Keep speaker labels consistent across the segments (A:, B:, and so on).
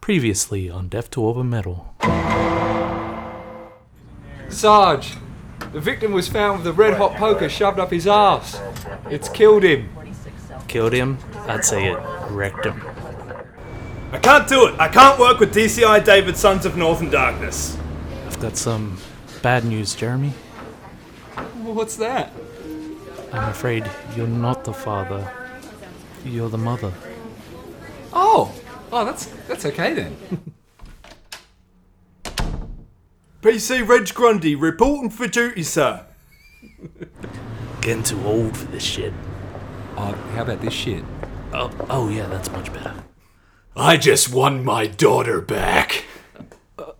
A: Previously on Deaf to Over Metal.
B: Sarge, the victim was found with a red hot poker shoved up his ass. It's killed him.
A: Killed him? I'd say it wrecked him.
C: I can't do it. I can't work with DCI David Sons of Northern Darkness.
A: I've got some bad news, Jeremy.
B: What's that?
A: I'm afraid you're not the father. You're the mother.
B: Oh, oh, that's that's okay then.
C: PC Reg Grundy reporting for duty, sir.
A: Getting too old for this shit.
B: Oh, how about this shit?
A: Oh, oh yeah, that's much better.
D: I just won my daughter back.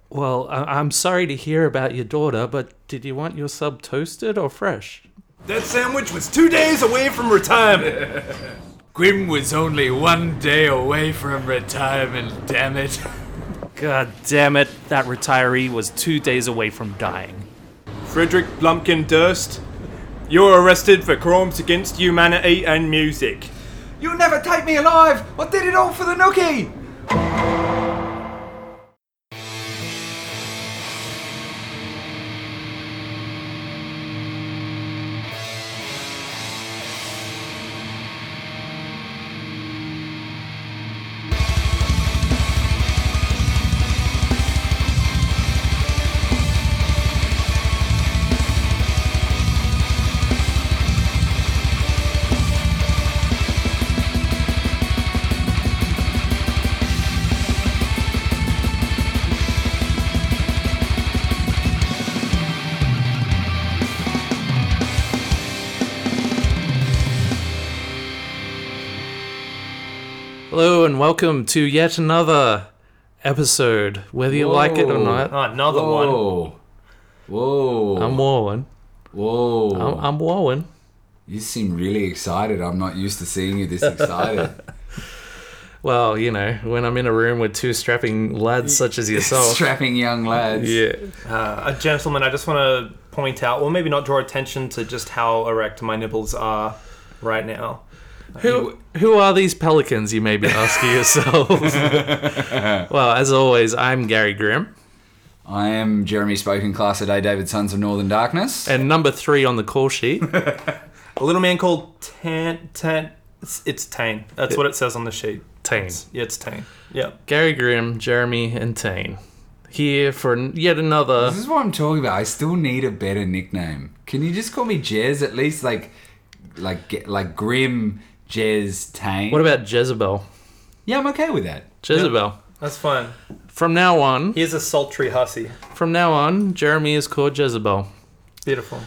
A: Well, I- I'm sorry to hear about your daughter, but did you want your sub toasted or fresh?
C: That sandwich was two days away from retirement.
D: Grim was only one day away from retirement, damn it.
A: God damn it, that retiree was two days away from dying.
C: Frederick Blumpkin Durst, you're arrested for crimes against humanity and music.
B: You'll never take me alive. I did it all for the nookie.
A: Hello and welcome to yet another episode, whether you like it or
E: Whoa.
A: not.
C: Ah, another one.
E: Whoa. Whoa.
F: Oh.
A: I'm Warwin.
E: Whoa.
A: I'm, I'm Warwin.
E: you seem really excited. I'm not used to seeing you this excited.
A: Well, you know, when I'm in a room with two strapping lads such as yourself.
E: Strapping young lads.
A: yeah.
C: Uh, gentlemen, I just want to point out, or maybe not draw attention to just how erect my nipples are right now.
A: Who, who are these pelicans, you may be asking yourself? well, as always, I'm Gary Grimm.
E: I am Jeremy Spoken Class a Day, David Sons of Northern Darkness.
A: And number three on the call sheet,
C: A little man called Tan Tan. It's, it's Tane. That's what it says on the sheet.
A: Tane.
C: Yeah, it's Tane. Yeah.
A: Gary Grimm, Jeremy, and Tane. Here for n- yet another.
E: This is what I'm talking about. I still need a better nickname. Can you just call me Jez at least? Like, like, ge- like Grim Jez Tane.
A: What about Jezebel?
E: Yeah, I'm okay with that.
A: Jezebel.
C: That's fine.
A: From now on,
C: He is a sultry hussy.
A: from now on, Jeremy is called Jezebel.
C: Beautiful.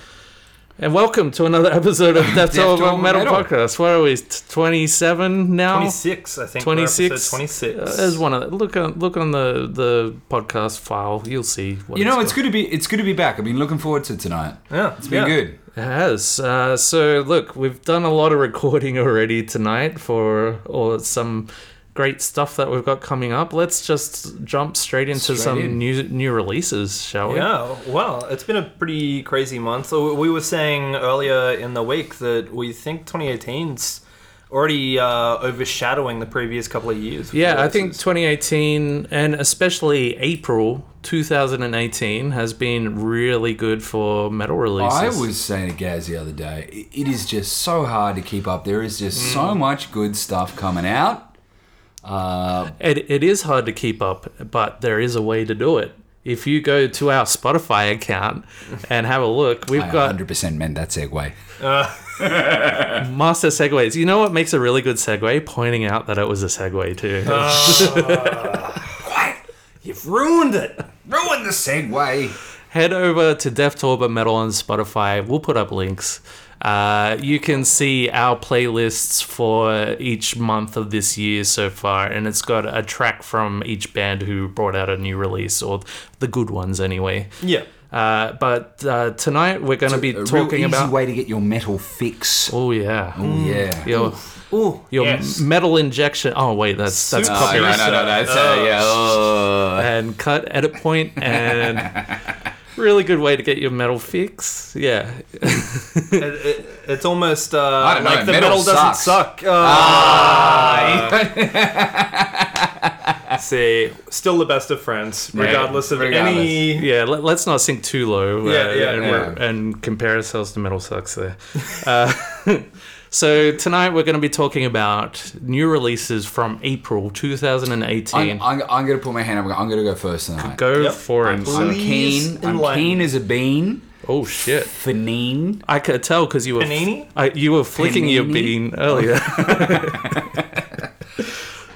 A: And welcome to another episode of Death
E: Death
A: Over
E: Over
A: Metal,
E: Metal.
A: Podcast. What are we, t- 27 now?
C: 26, I think.
A: 26?
C: 26. 26.
A: Uh, There's one of the, look on look on the the podcast file. You'll see. What
E: You know, it's
A: got.
E: good to be. It's good to be back. I've been looking forward to tonight.
C: yeah.
E: It's been
C: yeah.
E: good.
A: It has. Uh, so look, we've done a lot of recording already tonight for or some great stuff that we've got coming up. Let's just jump straight into
E: Straight
A: some
E: in.
A: new new releases, shall we?
C: Yeah, well, it's been a pretty crazy month. So we were saying earlier in the week that we think 2018's already uh, overshadowing the previous couple of years. with
A: Yeah, I think
C: releases.
A: 2018 and especially April 2018 has been really good for metal releases.
E: I was saying to Gaz the other day, i- it is just so hard to keep up. There is just so
A: Mm.
E: much good stuff coming out. Uh,
A: It, it is hard to keep up, but there is a way to do it. If you go to our Spotify account and have a look, we've
E: I
A: got
E: 100% meant that segue.
A: master segues. You know what makes a really good segue? Pointing out that it was a segue too.
C: You've ruined it.
E: Ruin the segue.
A: Head over to Def Torba Metal on Spotify. We'll put up links. Uh, you can see our playlists for each month of this year so far, and it's got a track from each band who brought out a new release, or the good ones anyway.
C: Yeah.
A: Uh, but uh, tonight we're going to be
E: A real
A: talking
E: easy
A: about.
E: way to get your metal fix.
A: Oh yeah,
E: Yeah.
A: your
C: Ooh,
A: your
C: yes.
A: metal injection. Oh wait, that's that's
C: Super-
A: copyright. Uh,
C: no, no, no,
E: yeah.
A: And cut edit point and really good way to get your metal fix. Yeah.
C: It, it, it's almost uh,
E: don't know,
C: like the
E: metal
C: metal, doesn't
E: sucks.
C: suck. Uh,
E: Ah.
C: see, still the best of friends, regardless of
E: regardless.
C: any.
A: Yeah, let, let's not sink too low uh,
C: Yeah, yeah,
A: and,
C: yeah.
A: we're- and compare ourselves to Metal Sucks there. Uh, so, tonight we're going to be talking about new releases from April 2018.
E: I'm, I'm, I'm gonna put my hand up. I'm gonna go first tonight.
A: Go
C: Yep.
A: for it.
E: I'm
C: Please
E: keen. I'm
C: enlighten.
E: keen as a bean.
A: Oh, shit.
E: Fanine.
A: I could tell because you were
C: Panini?
A: I, you were flicking your
E: Panini?
A: bean earlier.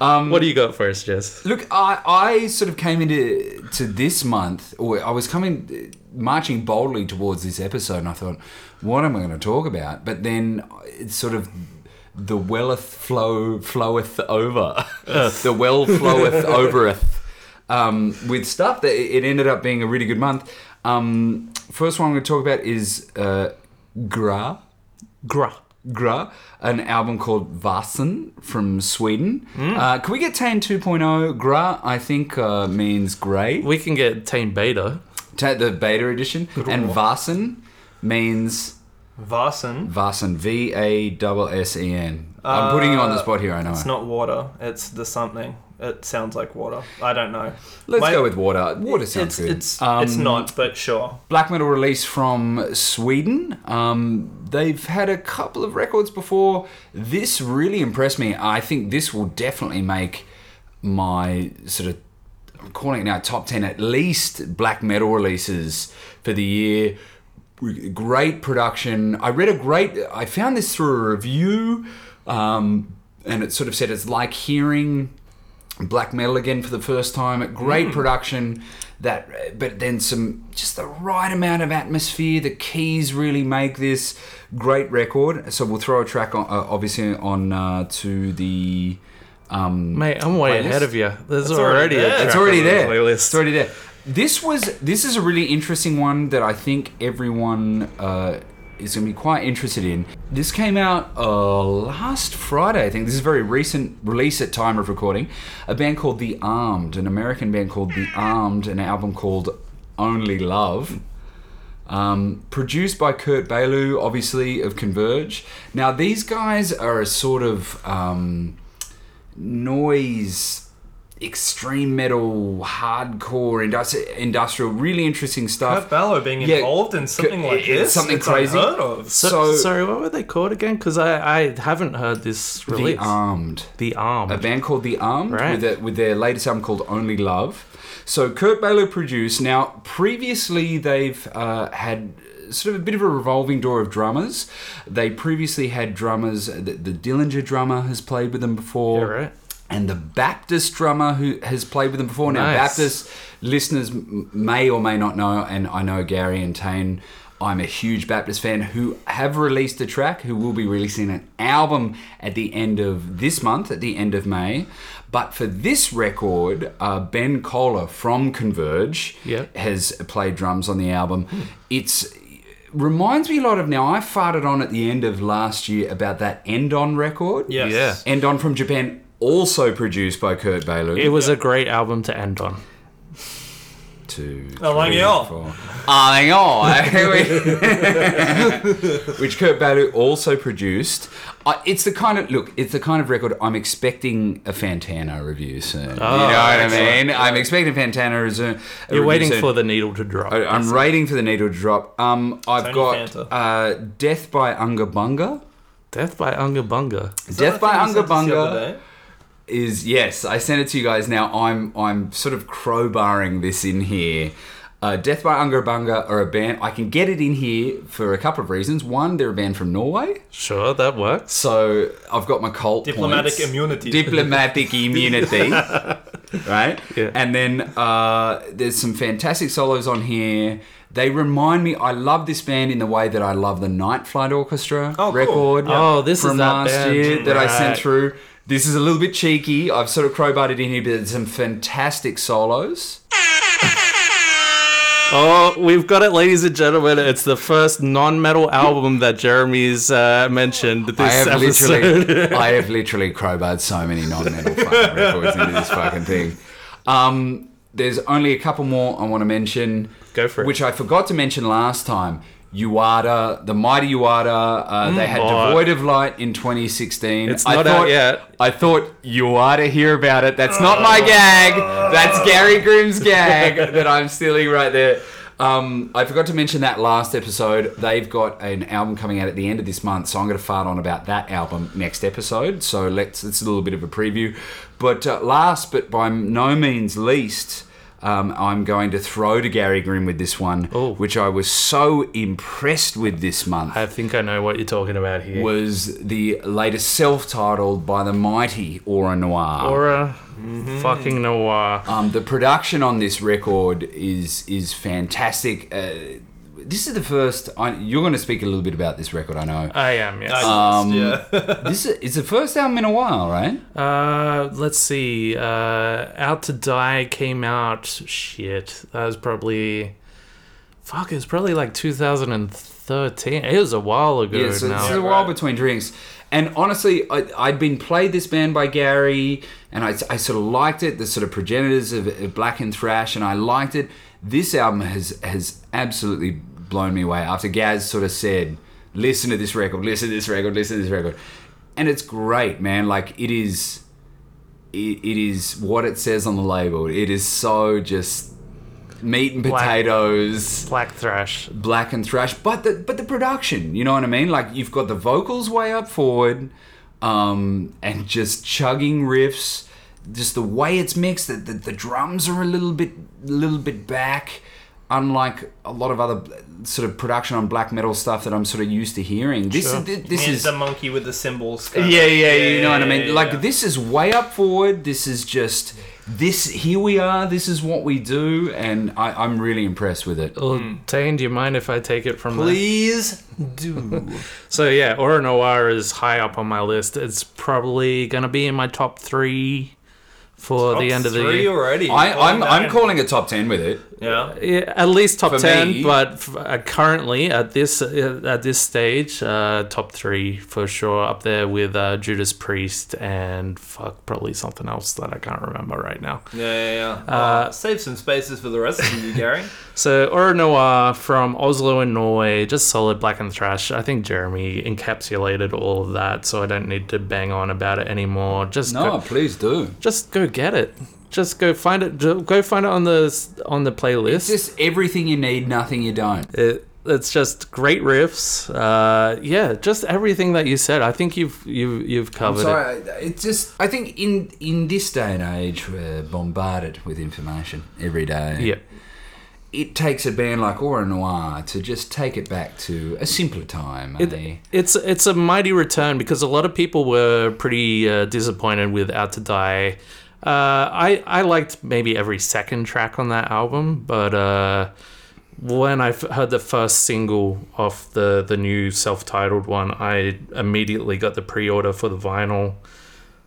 A: um, what do you got for us, Jess?
E: Look, I, I sort of came into to this month, or I was coming marching boldly towards this episode, and I thought, what am I going to talk about? But then it's sort of the welleth flow floweth over, the well floweth overeth, um, with stuff that it ended up being a really good month. Um, first one I'm going to talk about is uh, Gra.
A: Gra.
E: Gra, an album called Vasen from Sweden.
C: Hmm.
E: Uh, can we get Tane 2.0? Gra, oh? I think, uh, means grey.
A: We can get Team Beta.
E: Take the beta edition. And Vasen means
C: Varson.
E: Vasen, V A S S E N. I'm putting you on the spot here, I know.
C: Uh, It's not water. It's the something. It sounds like water. I don't know.
E: Let's
C: My-
E: go with water. Water sounds
C: It's
E: good.
C: it's it's not, but sure.
E: black metal release from Sweden. Um, they've had a couple of records before. This really impressed me. I think this will definitely make my sort of I'm calling it now top ten at least black metal releases for the year. Great production. I read a great. I found this through a review, um, and it sort of said it's like hearing black metal again for the first time. Great production, that but then some just the right amount of atmosphere. The keys really make this great record. So we'll throw a track on, uh, obviously on uh, to the. Um,
A: Mate, I'm way
E: Playlist?
A: ahead of you. There's already,
C: already
A: a
C: there. It's
E: it's
A: track
E: already
A: on the
E: there.
A: Playlist.
E: It's already there. This was this is a really interesting one that I think everyone uh, is going to be quite interested in. This came out uh, last Friday, I think. This is a very recent release at time of recording. A band called The Armed, an American band called The Armed, an album called Only Love. Um, produced by Kurt Bailu, obviously of Converge. Now these guys are a sort of um, noise extreme metal hardcore industri- industrial really interesting
C: Kurt
E: stuff
C: Ballo being
E: Yeah,
C: involved in something like
E: it's
C: this.
E: something
C: it's
E: crazy.
C: Unheard of.
A: So,
E: So-
A: sorry, what were they called again? Because I, I haven't heard this
E: the
A: release.
E: armed
A: The Arm.
E: a band called The Armed
A: Right.
E: with, their, with their latest album called Only Love. So Kurt Baylor produced. Now, previously they've uh, had sort of a bit of a revolving door of drummers. They previously had drummers. uh, The, the Dillinger drummer has played with them before,
A: Yeah, right.
E: and the Baptist drummer who has played with them before. Now,
A: Nice.
E: Baptist listeners m- may or may not know, and I know Gary and Tane. I'm a huge Baptist fan who have released a track, who will be releasing an album at the end of this month, at the end of May. But for this record, uh, Ben Kohler from Converge
A: Yep.
E: has played drums on the album. It's reminds me a lot of now. I farted on at the end of last year about that End On record.
C: Yes.
A: Yeah.
E: And On from Japan, also produced by Kurt Bailey.
A: It was a great album to end on.
E: Two,
A: Oh,
E: three,
C: Arangio.
E: four. Oh, Arangio. Which Kurt Bailey also produced. Uh, it's the kind of look. It's the kind of record I'm expecting a Fantano review
A: Oh,
E: soon. you know what I mean? I'm expecting Fantano review soon.
A: You're waiting for the needle to drop.
E: I- I'm waiting for the needle to drop. Um, I've
C: Tony
E: got
C: Fanta.
E: uh, Death by Unga Bunga.
A: Death by Unga Bunga.
E: Death by Unga Bunga.
C: Bunga.
E: is yes, I sent it to you guys. Now I'm I'm sort of crowbarring this in here. Uh, Death by Unga Bunga are a band. I can get it in here for a couple of reasons. One, they're a band from Norway,
A: Sure, that works.
E: so I've got my cult
C: Diplomatic
E: points.
C: immunity.
E: Diplomatic immunity, right?
A: Yeah.
E: And then uh, there's some fantastic solos on here. They remind me. I love this band in the way that I love the Night Flight Orchestra
C: Oh, cool.
E: record.
A: Oh, this is
E: from
A: that
E: last
A: band.
E: year that I sent
A: Right.
E: through. This is a little bit cheeky. I've sort of crowbarred it in here, but there's some fantastic solos.
A: Oh, we've got it, ladies and gentlemen. It's the first non-metal album that Jeremy's uh, mentioned this
E: I have
A: episode.
E: literally, I have literally crowbarred so many non-metal fucking records into this fucking thing. Um, there's only a couple more I want to mention.
A: Go for it.
E: Which I forgot to mention last time. Uada, the mighty Uada, uh, they had
A: Oh.
E: Devoid of Light in 2016.
A: It's not out yet.
E: I thought you ought to hear about it. That's not my gag. That's Gary Groom's gag that I'm stealing right there. Um, I forgot to mention that last episode. They've got an album coming out at the end of this month, so I'm going to fart on about that album next episode. So let's. It's a little bit of a preview, but uh, last but by no means least. Um, I'm going to throw to Gary Groom with this one,
A: Oh.
E: which I was so impressed with this month
A: I think I know what you're talking about here.
E: was the latest self-titled by the mighty Aura Noir.
A: Aura,
E: Mm-hmm.
A: fucking noir.
E: Um, the production on this record is is fantastic. Uh, this is the first. I, you're going to speak a little bit about this record, I know.
A: I am, yes.
E: Um,
C: yeah.
E: this is it's the first album in a while, right?
A: Uh, let's see. Uh, Out to Die came out. Shit, that was probably. Fuck, it was probably like 2013. It was a while ago
E: Yeah, so
A: now.
E: this is a while between drinks. And honestly, I, I'd been played this band by Gary, and I, I sort of liked it. The sort of progenitors of, of Black and Thrash, and I liked it. This album has has absolutely blown me away. After Gaz sort of said, "Listen to this record, listen to this record, listen to this record," and it's great, man. Like it is, it, it is what it says on the label. It is so just meat and
A: Black-
E: potatoes
A: Black Thrash.
E: black and thrash, but the but the production, you know what I mean? Like you've got the vocals way up forward, um, and just chugging riffs, just the way it's mixed. The, the the drums are a little bit little bit back, unlike a lot of other sort of production on black metal stuff that I'm sort of used to hearing. This
A: Sure.
E: is thi- this
C: And
E: is
C: the monkey with the cymbals.
E: yeah,
C: kind of-
E: yeah, you know what I mean.
C: yeah,
E: like
C: yeah.
E: this is way up forward. This is just this. Here we are. This is what we do, and I, I'm really impressed with it.
A: Well, Tane, do you mind if I take it from there?
C: Please do.
A: So yeah, Aura Noir is high up on my list. It's probably gonna be in my top three for the end of the
C: three
A: year.
C: already.
E: I, I'm,
C: Calm
E: I'm
C: down.
E: calling it top ten with it.
C: Yeah.
A: Yeah, at least top
E: For
A: ten,
E: me-
A: but f- uh, currently at this uh, at this stage, uh, top three for sure, up there with uh, Judas Priest and fuck probably something else that I can't remember right now.
C: Yeah, yeah, yeah.
A: Uh,
C: save some spaces for the rest of you, Gary.
A: So Aura Noir from Oslo and Norway, just solid black and thrash. I think Jeremy encapsulated all of that, so I don't need to bang on about it anymore. Just
E: No,
A: go,
E: please do.
A: just go get it. Just go find it. ju- Go find it on the s- on the playlist.
E: It's just everything you need, nothing you don't.
A: it it's just great riffs. Uh, yeah, just everything that you said. I think you've you've you've
E: I'm
A: covered it.
E: sorry. It's just I think in in this day and age, we're bombarded with information every day.
A: Yeah,
E: It takes a band like Aura Noir to just take it back to a simpler time.
A: It-
E: eh?
A: it's it's a mighty return because a lot of people were pretty uh, disappointed with Out to Die. Uh, I I liked maybe every second track on that album, but uh, when I f- heard the first single off the the new self titled one, I immediately got the pre order for the vinyl.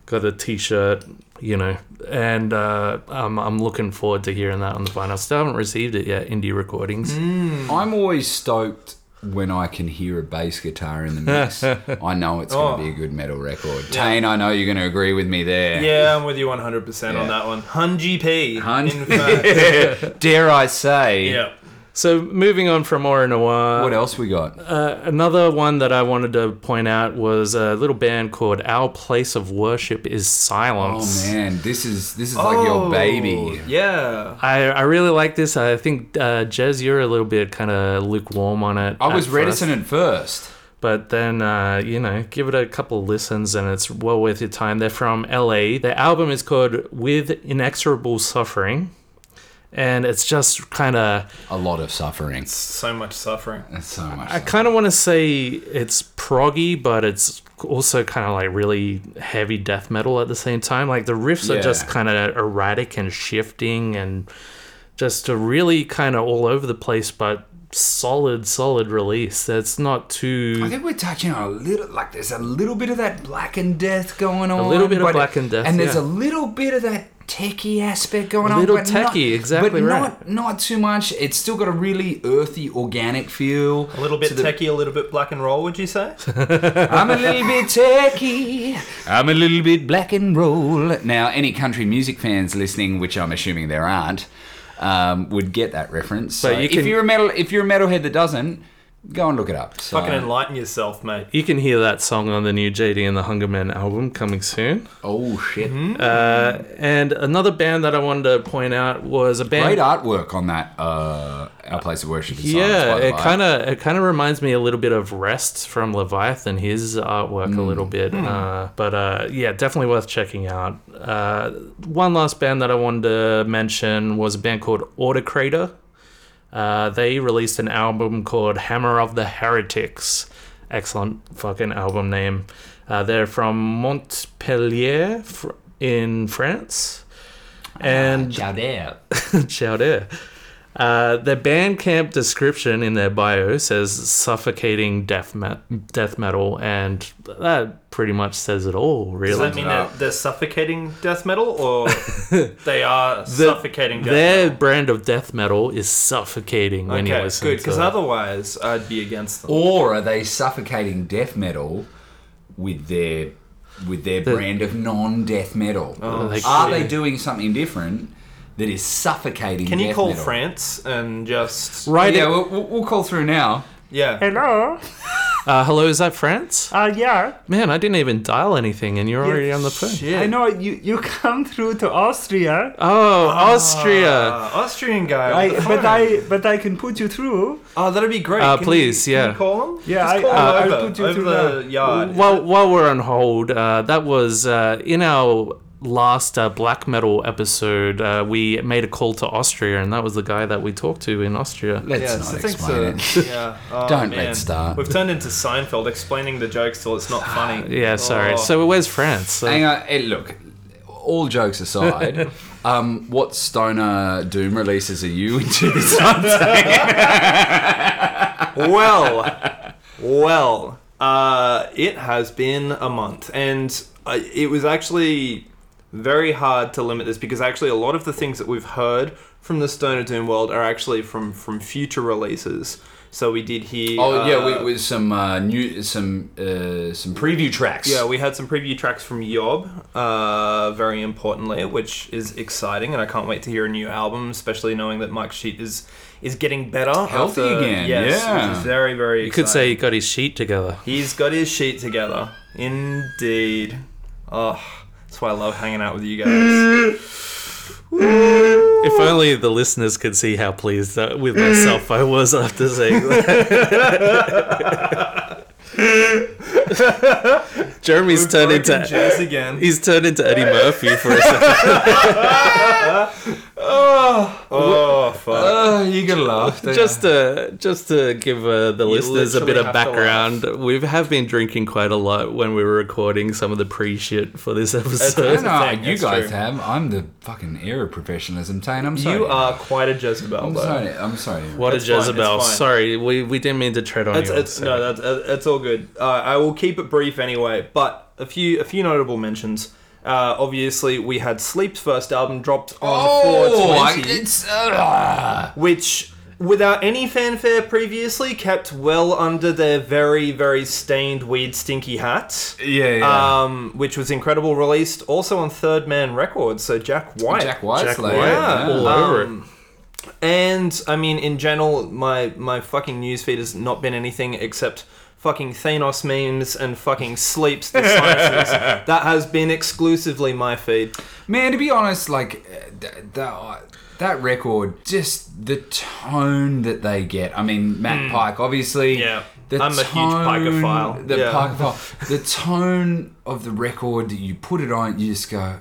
A: got a t-shirt you know and uh, I'm, I'm looking forward to hearing that on the vinyl still haven't received it yet indie recordings
E: I'm always stoked when I can hear a bass guitar in the mix. I know it's going
C: Oh.
E: to be a good metal record. Tane, I know you're going to agree with me there.
C: Yeah, I'm with you 100%
E: Yeah.
C: on that one. Hun GP.
E: Hun-
C: In fact.
E: Dare I say?
C: yeah.
A: so moving on from Aura Noir
E: What else we got?
A: uh, another one that I wanted to point out was a little band called Our Place of Worship is
E: oh
A: Silence
E: man, this is this is like your baby.
C: Oh, Yeah.
A: I, I really like this I think uh, Jez you're a little bit kind of lukewarm on it
E: I
A: at
E: was
A: first.
E: reticent at first.
A: but then uh, you know give it a couple of listens and it's well worth your time they're from la their album is called with inexorable suffering and it's just kind of
E: a lot of suffering.
C: So much suffering.
E: That's so much.
A: i kind of want to say it's proggy but it's also kind of like really heavy death metal at the same time like the riffs are
E: Yeah.
A: just kind of erratic and shifting and just a really kind of all over the place but solid solid release that's not too
E: I think we're touching on a little, like there's a little bit of that black and death going on.
A: little bit of
E: but-
A: black and death,
E: and there's
A: yeah.
E: a little bit of that techie aspect going on.
A: Little
E: but not-
A: techie, exactly
E: but
A: right.
E: Not, not too much. It's still got a really earthy, organic feel.
C: A little bit techie, a little bit black and roll, would you say?
E: I'm a little bit techie. I'm a little bit black and roll. Now, any country music fans listening, which I'm assuming there aren't, um, would get that reference. So,
A: But you
E: if
A: can-
E: you're a metal, if you're a metalhead that doesn't, go and look it up. So,
C: Fucking enlighten yourself, mate.
A: You can hear that song on the new JD and the Hunger Men album coming soon.
E: oh shit!
A: Uh, and another band that I wanted to point out was a band.
E: Great artwork on that. Uh, our place of worship. In
A: Yeah,
E: Silence,
A: it kind of it kind of reminds me a little bit of Rest from Leviathan, his artwork a little bit. Uh, but uh, yeah, definitely worth checking out. Uh, one last band that I wanted to mention was a band called Autocrator. Uh, they released an album called Hammer of the Heretics. Excellent fucking album name. Uh, they're from Montpellier fr- in France. And Shout air. Uh, their Bandcamp description in their bio says suffocating death, me- death metal, and that pretty much says it all,
C: Does
A: really.
C: that mean that they're suffocating death metal, or they are
A: The-
C: suffocating death
A: Their
C: metal?
A: brand of death metal is suffocating when you
C: Okay,
A: listen
C: good,
A: to
C: because
A: it.
C: otherwise I'd be against them.
E: Or are they suffocating death metal with their with their brand of non-death metal?
A: Like,
E: Are Oh, they doing something different that is suffocating?
C: Can you
E: death
C: call
E: metal?
C: France and just
A: Right.
E: Yeah, we'll, we'll- we'll call through now.
C: yeah?
F: Hello.
A: Uh, hello, is that France?
F: Uh, yeah.
A: Man, I didn't even dial anything, and you're already on the phone.
C: Shit.
F: I know you. You come through to Austria.
A: Oh,
C: Ah.
A: Austria.
C: Uh, Austrian guy.
F: I,
C: with the
F: but
C: phone.
F: I but I can put you through.
C: Oh, that'd be great.
A: Uh,
C: Can
A: please,
C: you,
A: yeah.
C: Can you call him?
F: Yeah,
C: Just
F: I-
C: call
F: I-
C: him
F: I'll
C: over,
F: put you
C: over
F: through
C: the
F: that.
C: yard.
A: While while we're on hold, uh, that was uh, in our last uh, black metal episode. Uh, we made a call to Austria, and that was the guy that we talked to in Austria.
E: Let's
C: Yeah,
E: not
C: so thanks,
E: explain it.
C: uh, yeah. Oh,
E: Don't
C: man.
E: let's start.
C: We've turned into Seinfeld explaining the jokes till it's not funny.
A: Yeah, sorry.
C: Oh.
A: So where's France? So-
E: Hang on. eh, look, all jokes aside, um, what stoner doom releases are you into this
C: well, well, uh, it has been a month, and I, it was actually very hard to limit this because actually a lot of the things that we've heard from the Stoner Doom world are actually from from future releases. So we did hear.
E: Oh yeah,
C: uh,
E: we, with some uh, new some uh, some preview tracks.
C: Yeah, we had some preview tracks from Yob, uh, very importantly, which is exciting, and I can't wait to hear a new album, especially knowing that Mike Sheet is is getting better,
E: Healthy
C: after-
E: again,
C: Yes,
E: yeah.
C: which is very very.
A: you could say he got his sheet together.
C: he's got his sheet together, indeed. Oh, that's why I love hanging out with you guys.
A: If only the listeners could see how pleased that- with myself I was after saying that. Jeremy's turned
C: Broken
A: into
C: jazz again.
A: he's turned into Eddie Murphy for a second.
C: oh fuck.
E: Oh, you gotta laugh. don't
A: just to just to give uh, the listeners a
C: literally
A: bit of
C: have to laugh.
A: background, we have been drinking quite a lot when we were recording some of the pre-shit for this
E: you?
A: episode.
E: No, no,
C: thing,
E: you
C: it's
E: guys
C: true.
E: have. I'm the fucking era of professionalism, Tane. I'm sorry.
C: you are quite a Jezebel,
E: I'm
C: though.
E: sorry. I'm sorry.
A: What a
C: It's fine, it's
A: Jezebel!
C: fine.
A: Sorry, we, we didn't mean to tread on
C: It's,
A: you.
C: it's, no, that's uh, it's all good. Uh, I will keep it brief anyway. But a few a few notable mentions. Uh, obviously, we had Sleep's first album dropped on
E: Oh, I-
C: 420,
E: it's uh,
C: which, without any fanfare previously, kept well under their very very stained weed stinky hat.
E: yeah, yeah.
C: Um, which was incredible. Released also on Third Man Records. So Jack White.
E: Jack White's
A: Jack
E: layer,
A: White,
C: Yeah.
A: all
C: Um,
A: over it.
C: And I mean, in general, my my fucking newsfeed has not been anything except fucking Thanos memes and fucking sleeps the sciences. that has been exclusively my feed.
E: Man, to be honest, like that, that that record, just the tone that they get. I mean, Matt Pike, obviously.
C: Hmm. Yeah.
E: The
C: I'm a huge Pikeophile.
E: The
C: Yeah.
E: Pikeophile. the tone of the record that you put it on, you just go,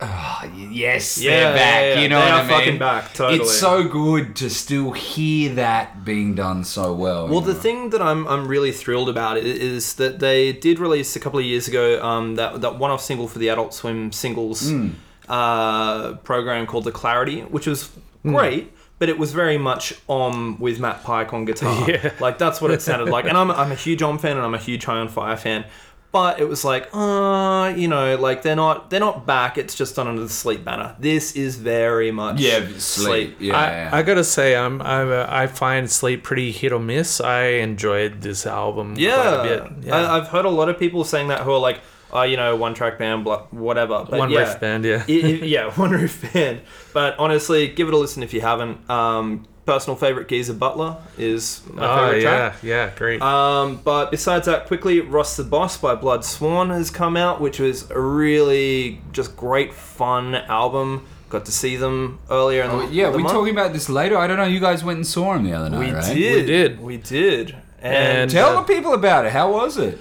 E: oh, y- yes,
C: Yeah,
E: they're back.
C: yeah, yeah.
E: You know
C: They
E: what
C: are
E: I mean?
C: fucking back, totally.
E: It's so good to still hear that being done so well.
C: Well,
E: you
C: the
E: know?
C: thing that I'm, I'm really thrilled about i- is that they did release a couple of years ago um, that, that one off single for the Adult Swim singles
E: Hmm.
C: uh, program called The Clarity, which was
E: Hmm.
C: great. But it was very much Om with Matt Pike on guitar. Like, that's what it sounded like. And I'm, I'm a huge Om fan and I'm a huge High on Fire fan. but it was like, uh, you know, like they're not they're not back. It's just done under the sleep banner. This is very much
E: Yeah, sleep. Yeah, yeah.
A: I, I gotta say, I'm, I'm uh, I find Sleep pretty hit or miss. I enjoyed this album
C: Yeah,
A: quite a bit.
C: I, I've heard a lot of people saying that who are like, oh, you know, one track band, blah, whatever. But
A: One
C: yeah,
A: riff band, yeah.
C: I- I- yeah, one roof band. But honestly, give it a listen if you haven't. Um, personal favorite, Geezer Butler is my
A: oh
C: favorite
A: yeah,
C: track.
A: yeah, great.
C: Um, but besides that, quickly, Ross the Boss by Blood Swan has come out, which was a really just great fun album. Got to see them earlier in
E: Oh,
C: the
E: yeah,
C: the
E: we're
C: month.
E: talking about this later. I don't know. You guys went and saw him the other night,
C: We
E: right?
A: We
C: did.
A: did.
C: We did.
A: And-
C: And,
E: Tell
A: Uh,
E: the people about it. How was it?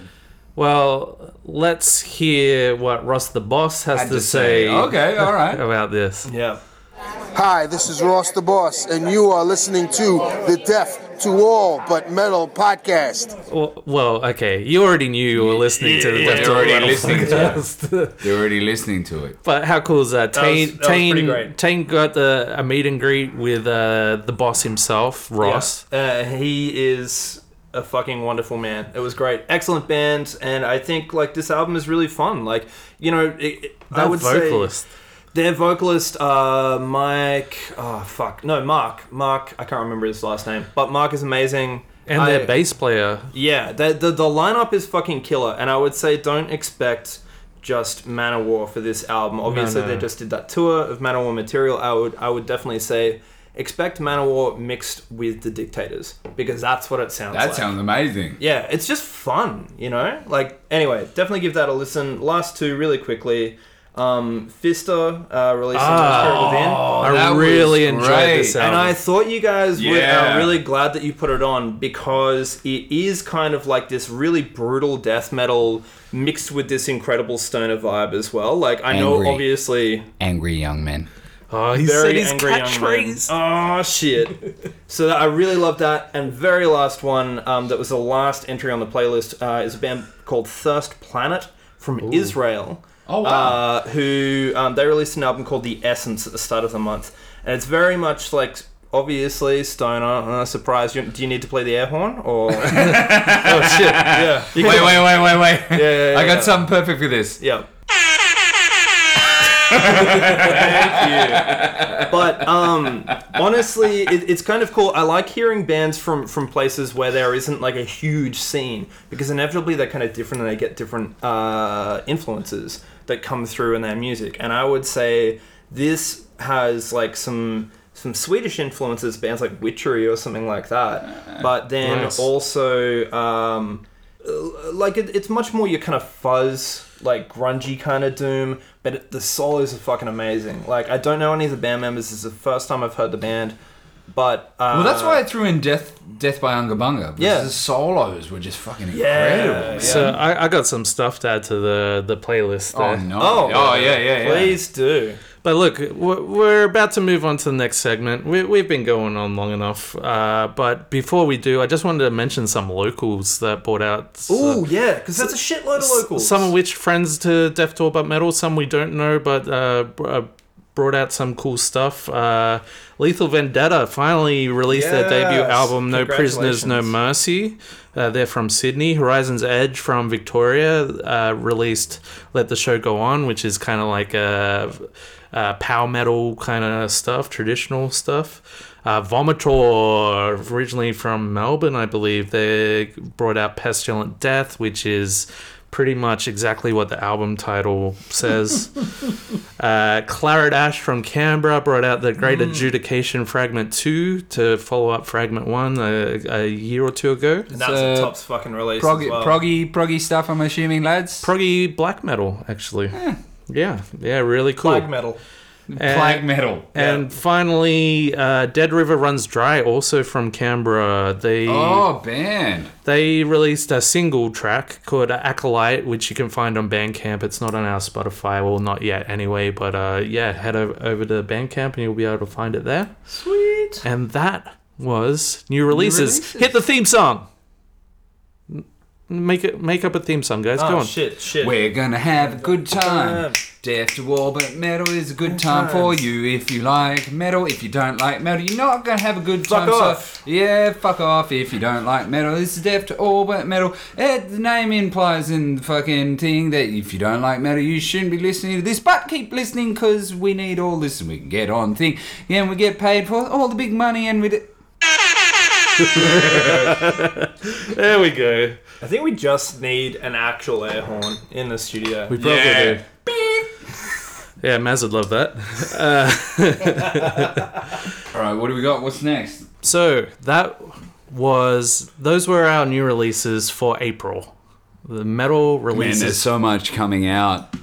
A: well, let's hear what Ross the Boss has
E: Had
A: to say.
E: Okay, all right.
A: About this.
C: yeah.
G: Hi, this is Ross the Boss, and you are listening to the Deaf to All But Metal podcast.
A: Well, well, okay. You already knew you were listening to the
E: yeah,
A: Death
E: you're already
A: Metal
E: listening to
A: podcast.
E: They're already listening to it.
A: But how cool is that?
C: was-
A: Tane,
C: that was pretty
A: Tane,
C: great.
A: Tane got the, a meet and greet with uh, the boss himself, Ross.
C: Yeah. Uh, he is a fucking wonderful man. It was great. Excellent band. And I think, like, this album is really fun. Like, you know, it, it- I
A: That
C: would
A: vocalist.
C: say. Their vocalist, uh, Mike. Oh, fuck. No, Mark. Mark. I can't remember his last name. But Mark is amazing.
A: And
C: I-
A: their bass player.
C: Yeah, the, the the lineup is fucking killer, and I would say don't expect just Manowar for this album. Obviously,
A: no.
C: they just did that tour of Manowar material. I would I would definitely say expect Manowar mixed with the Dictators because that's what it sounds.
E: That
C: like.
E: sounds amazing.
C: Yeah, it's just fun, you know. Like anyway, definitely give that a listen. Last two really quickly. Um, Fister uh, released
A: Ah.
C: oh, Spirit Within.
E: that
A: I
E: was
A: really enjoyed
E: great.
A: this album.
C: And I thought you guys would.
E: Yeah.
C: I'm really glad that you put it on because it is kind of like this really brutal death metal mixed with this incredible stoner vibe as well. Like I know
E: Angry.
C: obviously
E: Angry young men.
A: oh, he
C: very
A: said his
C: angry young man.
A: catchphrase.
C: Oh shit! so that, I really love that. And very last one um, that was the last entry on the playlist uh, is a band called Thirst Planet from Israel.
E: Oh, wow.
C: Uh, who um, they released an album called The Essence at the start of the month, and it's very much like. Obviously, stoner. Uh, surprise! You, do you need to play the air horn? Or yeah,
A: Oh, shit.
E: Wait, wait, wait, wait, wait.
C: yeah, yeah.
E: I got something perfect for this.
C: yeah. Thank you. But um, honestly, it, it's kind of cool. I like hearing bands from from places where there isn't like a huge scene because inevitably they're kind of different and they get different uh, influences that come through in their music. And I would say this has like some some Swedish influences, bands like Witchery or something like that. But then
A: Nice.
C: also. Um, like it, it's much more your kind of fuzz like grungy kind of doom but it, the solos are fucking amazing like i don't know any of the band members this is the first time i've heard the band but uh,
E: Well, that's why I threw in Death Death by Ungabunga.
C: Yeah.
E: Yeah. The solos were just fucking
C: yeah,
E: incredible.
C: yeah.
A: So I, I got some stuff to add to the, the playlist
E: Oh,
A: there.
E: no.
C: oh
E: yeah, yeah, yeah.
C: please do
A: But look, we're we're about to move on to the next segment. We, we've been going on long enough. Uh, but before we do, I just wanted to mention some locals that brought out. uh,
C: Ooh, yeah because that's a shitload of locals
A: Some of which friends to Deaf Tour But Metal, some we don't know, but uh, br- uh, brought out some cool stuff. Uh, Lethal Vendetta finally released their debut
C: Yes.
A: album, No Prisoners, No
C: Congratulations.
A: Mercy. Uh, they're from Sydney. Horizon's Edge from Victoria uh, released Let the Show Go On, which is kind of like a, uh power metal kind of stuff, traditional stuff. Uh, Vomitor, originally from Melbourne, I believe, they brought out Pestilent Death, which is pretty much exactly what the album title says. Uh, Claret Ash from Canberra brought out the Great
E: Mm.
A: Adjudication Fragment 2 to follow up Fragment 1 a, a year or two ago.
C: and that's
E: uh,
C: a tops fucking release
E: Proggy,
C: as well.
E: proggy, proggy stuff, I'm assuming, lads.
A: Proggy black metal, actually.
E: Hmm.
A: Yeah, yeah, really cool.
C: Flag metal
A: And-
E: Plague metal.
A: And finally, uh, Dead River Runs Dry, also from Canberra. They
E: Oh, band.
A: they released a single track called Acolyte, which you can find on Bandcamp. It's not on our Spotify, well, not yet anyway. But uh, yeah, head o- over to Bandcamp and you'll be able to find it there.
C: sweet
A: And that was new releases.
E: releases.
A: Hit the theme song. Make it make up a theme song, guys. Go
C: Oh,
A: on.
C: shit, shit.
E: We're gonna have a good
C: time.
E: time. Death to all, but metal is a good time for you if you like metal. If you don't like metal, you're not gonna have a good
C: Fuck
E: time. so-
C: off.
E: yeah, fuck off if you don't like metal. This is death to all, but metal. Eh, the name implies in the fucking thing that if you don't like metal, you shouldn't be listening to this. But keep listening because we need all this and we can get on thing. Yeah, and we get paid for all the big money and we. D-
A: There we go.
C: I think we just need an actual air horn in the studio.
A: We probably
D: Yeah.
A: do. Yeah, Maz would love that.
E: all right, what do we got? What's next?
A: So that was those were our new releases for April. The metal
E: Man,
A: releases,
E: there's so much coming out.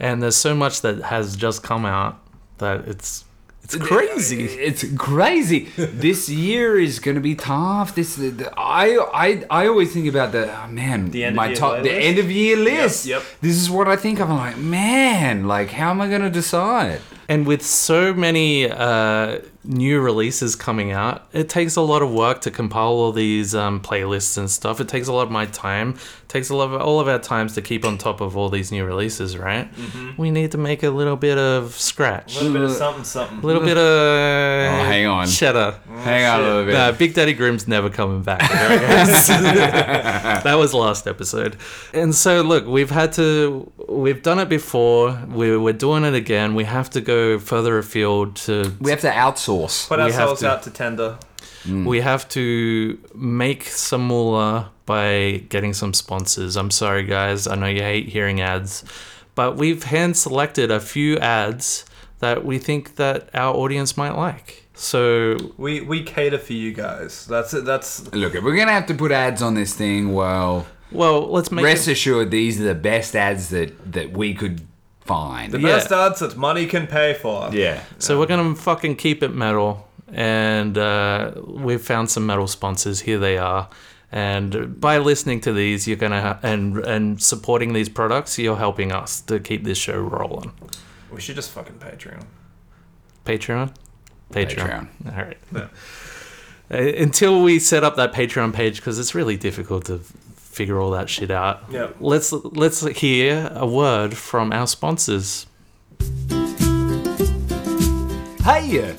A: and there's so much that has just come out that it's it's crazy.
E: It's crazy. this year is going to be tough. This the, the- I I I always think about the oh, man
C: The end of
E: my
C: year
E: top the
C: playlist?
E: end of year list.
C: yep.
E: This is what I think of. I'm like, man, like how am I going to decide?
A: And with so many uh, new releases coming out, it takes a lot of work to compile all these um, playlists and stuff. It takes a lot of my time. It takes a lot of all of our times to keep on top of all these new releases, right? We need to make a little bit of scratch,
C: A
A: a
C: little bit of something, something.
A: little bit of oh,
E: hang on.
A: cheddar.
C: Oh,
E: Hang on a little bit.
A: Nah, Big Daddy Grimm's never coming back. that was last episode. And so, look, we've had to, we've done it before. We're, we're doing it again. We have to go further afield to,
E: we have to outsource.
C: Put
A: we
C: ourselves
A: have to-
C: out to tender.
A: we have to make some moolah by getting some sponsors. I'm sorry, guys. I know you hate hearing ads, but we've hand selected a few ads that we think that our audience might like. So
C: We we cater for you guys. That's it. That's
E: Look, if we're going to have to put ads on this thing, well,
A: well, let's make
E: rest
A: it,
E: assured these are the best ads that that we could find.
C: the
A: Yeah.
C: best ads that money can pay for.
E: yeah.
A: So we're gonna fucking keep it metal, and uh, we've found some metal sponsors. Here they are, and by listening to these, you're gonna ha- and and supporting these products, you're helping us to keep this show rolling.
C: We should just fucking Patreon.
A: Patreon, Patreon. All right. Uh, Until we set up that Patreon page, because it's really difficult to f- figure all that shit out.
C: Yeah.
A: Let's let's hear a word from our sponsors.
E: Hey, uh,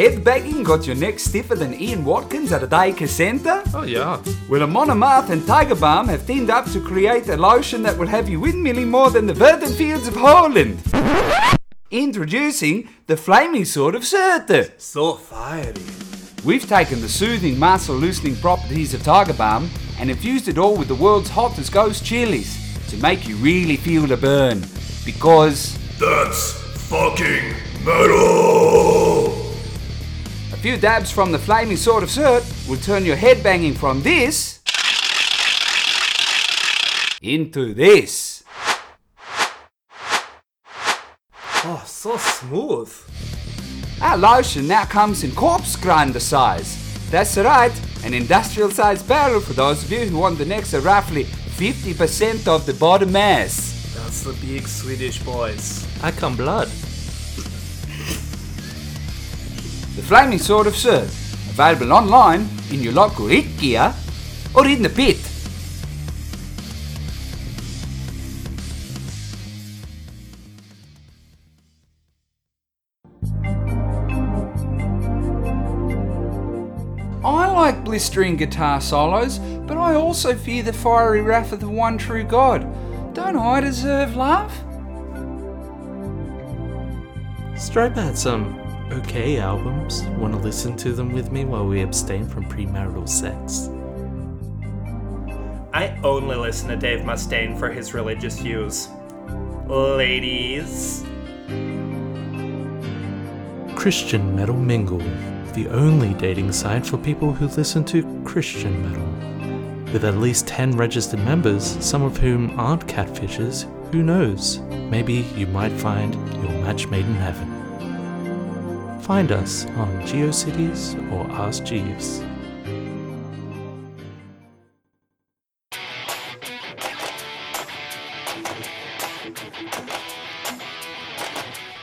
E: headbanging got your neck stiffer than Ian Watkins at a daycare centre?
A: Oh yeah.
E: Well, Monomath and Tiger Balm have teamed up to create a lotion that will have you windmilling more than the verdant fields of Holland. Introducing the Flaming Sword of Surtur.
C: So fiery.
E: We've taken the soothing, muscle loosening properties of Tiger Balm and infused it all with the world's hottest ghost chilies to make you really feel the burn. Because
H: That's fucking metal!
E: a few dabs from the Flaming Sword of Surt will turn your head banging from this into this.
C: Oh, so smooth.
E: Our lotion now comes in corpse grinder size. That's right, an industrial sized barrel for those of you who want the next uh, roughly 50% of the body mass.
C: That's the big Swedish boys.
A: I come blood.
E: The Flaming Sword of Surf, available online in your local Ikea or in the pit. I like blistering guitar solos, but I also fear the fiery wrath of the one true God. Don't I deserve love?
A: Stripe had some okay albums. Want to listen to them with me while we abstain from premarital sex?
H: I only listen to Dave Mustaine for his religious views. Ladies.
A: Christian Metal Mingle, the only dating site for people who listen to Christian metal. With at least 10 registered members, some of whom aren't catfishes, who knows? Maybe you might find your match made in heaven. Find us on GeoCities or Ask Jeeves.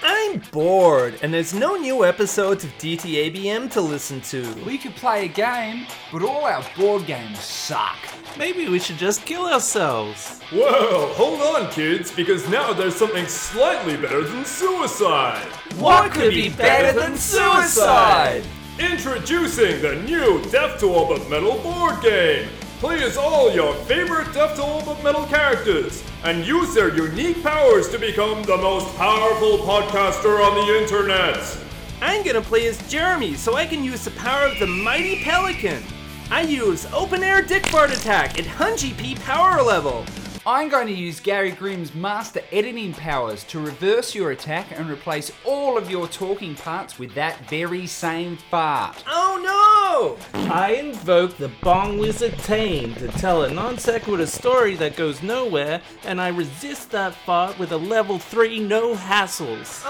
H: I'm bored.
C: bored, and there's no new episodes of DTABM to listen to.
E: We could play a game, but all our board games suck.
A: Maybe we should just kill ourselves.
I: Whoa, hold on, kids, because now there's something slightly better than suicide.
E: What could be better than suicide?
I: Introducing the new Death to All But Metal board game. Play as all your favorite Death to All But Metal characters and use their unique powers to become the most powerful podcaster on the internet.
H: I'm gonna play as Jeremy so I can use the power of the mighty pelican. I use open air dick fart attack at 100 P power level.
E: I'm going to use Gary Grimm's master editing powers to reverse your attack and replace all of your talking parts with that very same fart.
H: Oh no!
A: I invoke the Bong Lizard Tane to tell a non sequitur story that goes nowhere, and I resist that fart with a level 3 no hassles.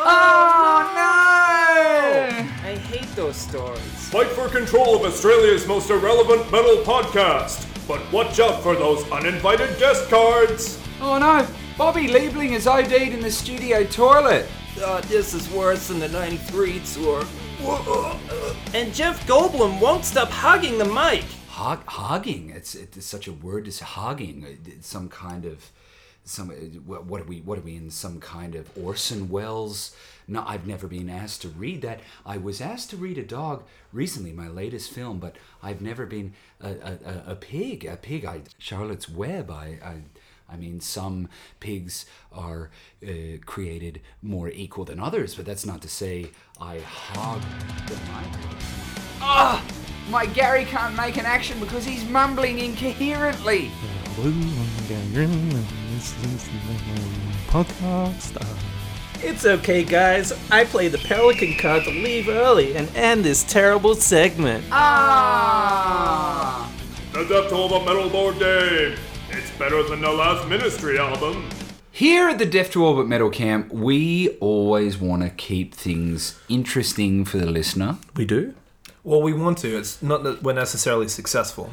H: I hate those stories.
I: Fight for control of Australia's most irrelevant metal podcast. But watch out for those uninvited guest cards.
E: Oh no, Bobby Liebling is OD'd in the studio toilet.
H: Uh, this is worse than the 93 tour. And Jeff Goldblum won't stop hogging the mic.
E: Hog, hogging. It's it's such a word. It's hogging. It's some kind of some. uh, What what are we? What are we in? Some kind of Orson Welles? No, I've never been asked to read that. I was asked to read a dog recently, my latest film, but I've never been a a, a, a pig. A pig. I Charlotte's Web. I. I I mean, some pigs are uh, created more equal than others, but that's not to say I hog the mic. My Gary can't make an action because he's mumbling incoherently.
A: It's okay, guys. I play the Pelican card to leave early and end this terrible segment.
E: Ah!
I: The Death to All But Metal board game. It's better than the last Ministry album.
E: Here at the Deaf to Orbit Metal Camp, we always want to keep things interesting for the listener.
A: We do?
C: Well, we want to. It's not that we're necessarily successful.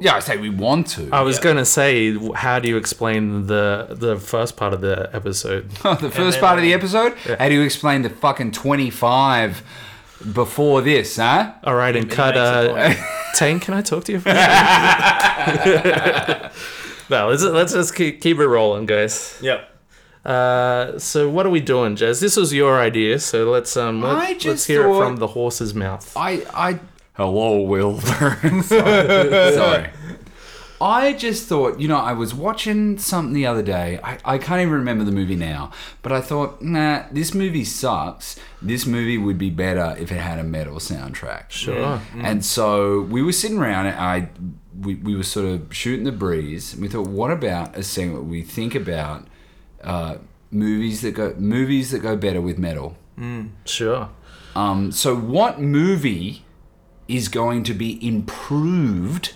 E: Yeah, I say we want to.
A: I was going to say, how do you explain the the first part of the episode?
E: the first part of the episode, how do you explain the fucking 25 before this, huh?
A: All right, and cut. Uh, Tane, can I talk to you for a second? no, let's, let's just keep, keep it rolling, guys.
C: Yep.
A: Uh, so what are we doing, Jazz? This was your idea, so let's um let,
E: I
A: let's
E: just
A: hear it
E: thought-
A: from the horse's mouth.
E: I, I. Hello, Wilbur. sorry. sorry. I just thought, you know, I was watching something the other day. I, I can't even remember the movie now, but I thought, nah, this movie sucks. This movie would be better if it had a metal soundtrack. Sure. And so we were sitting around and I, we, we were sort of shooting the breeze and we thought, what about a segment we think about uh, movies that go movies that go better with metal?
A: Sure.
E: Um, so, what movie is going to be improved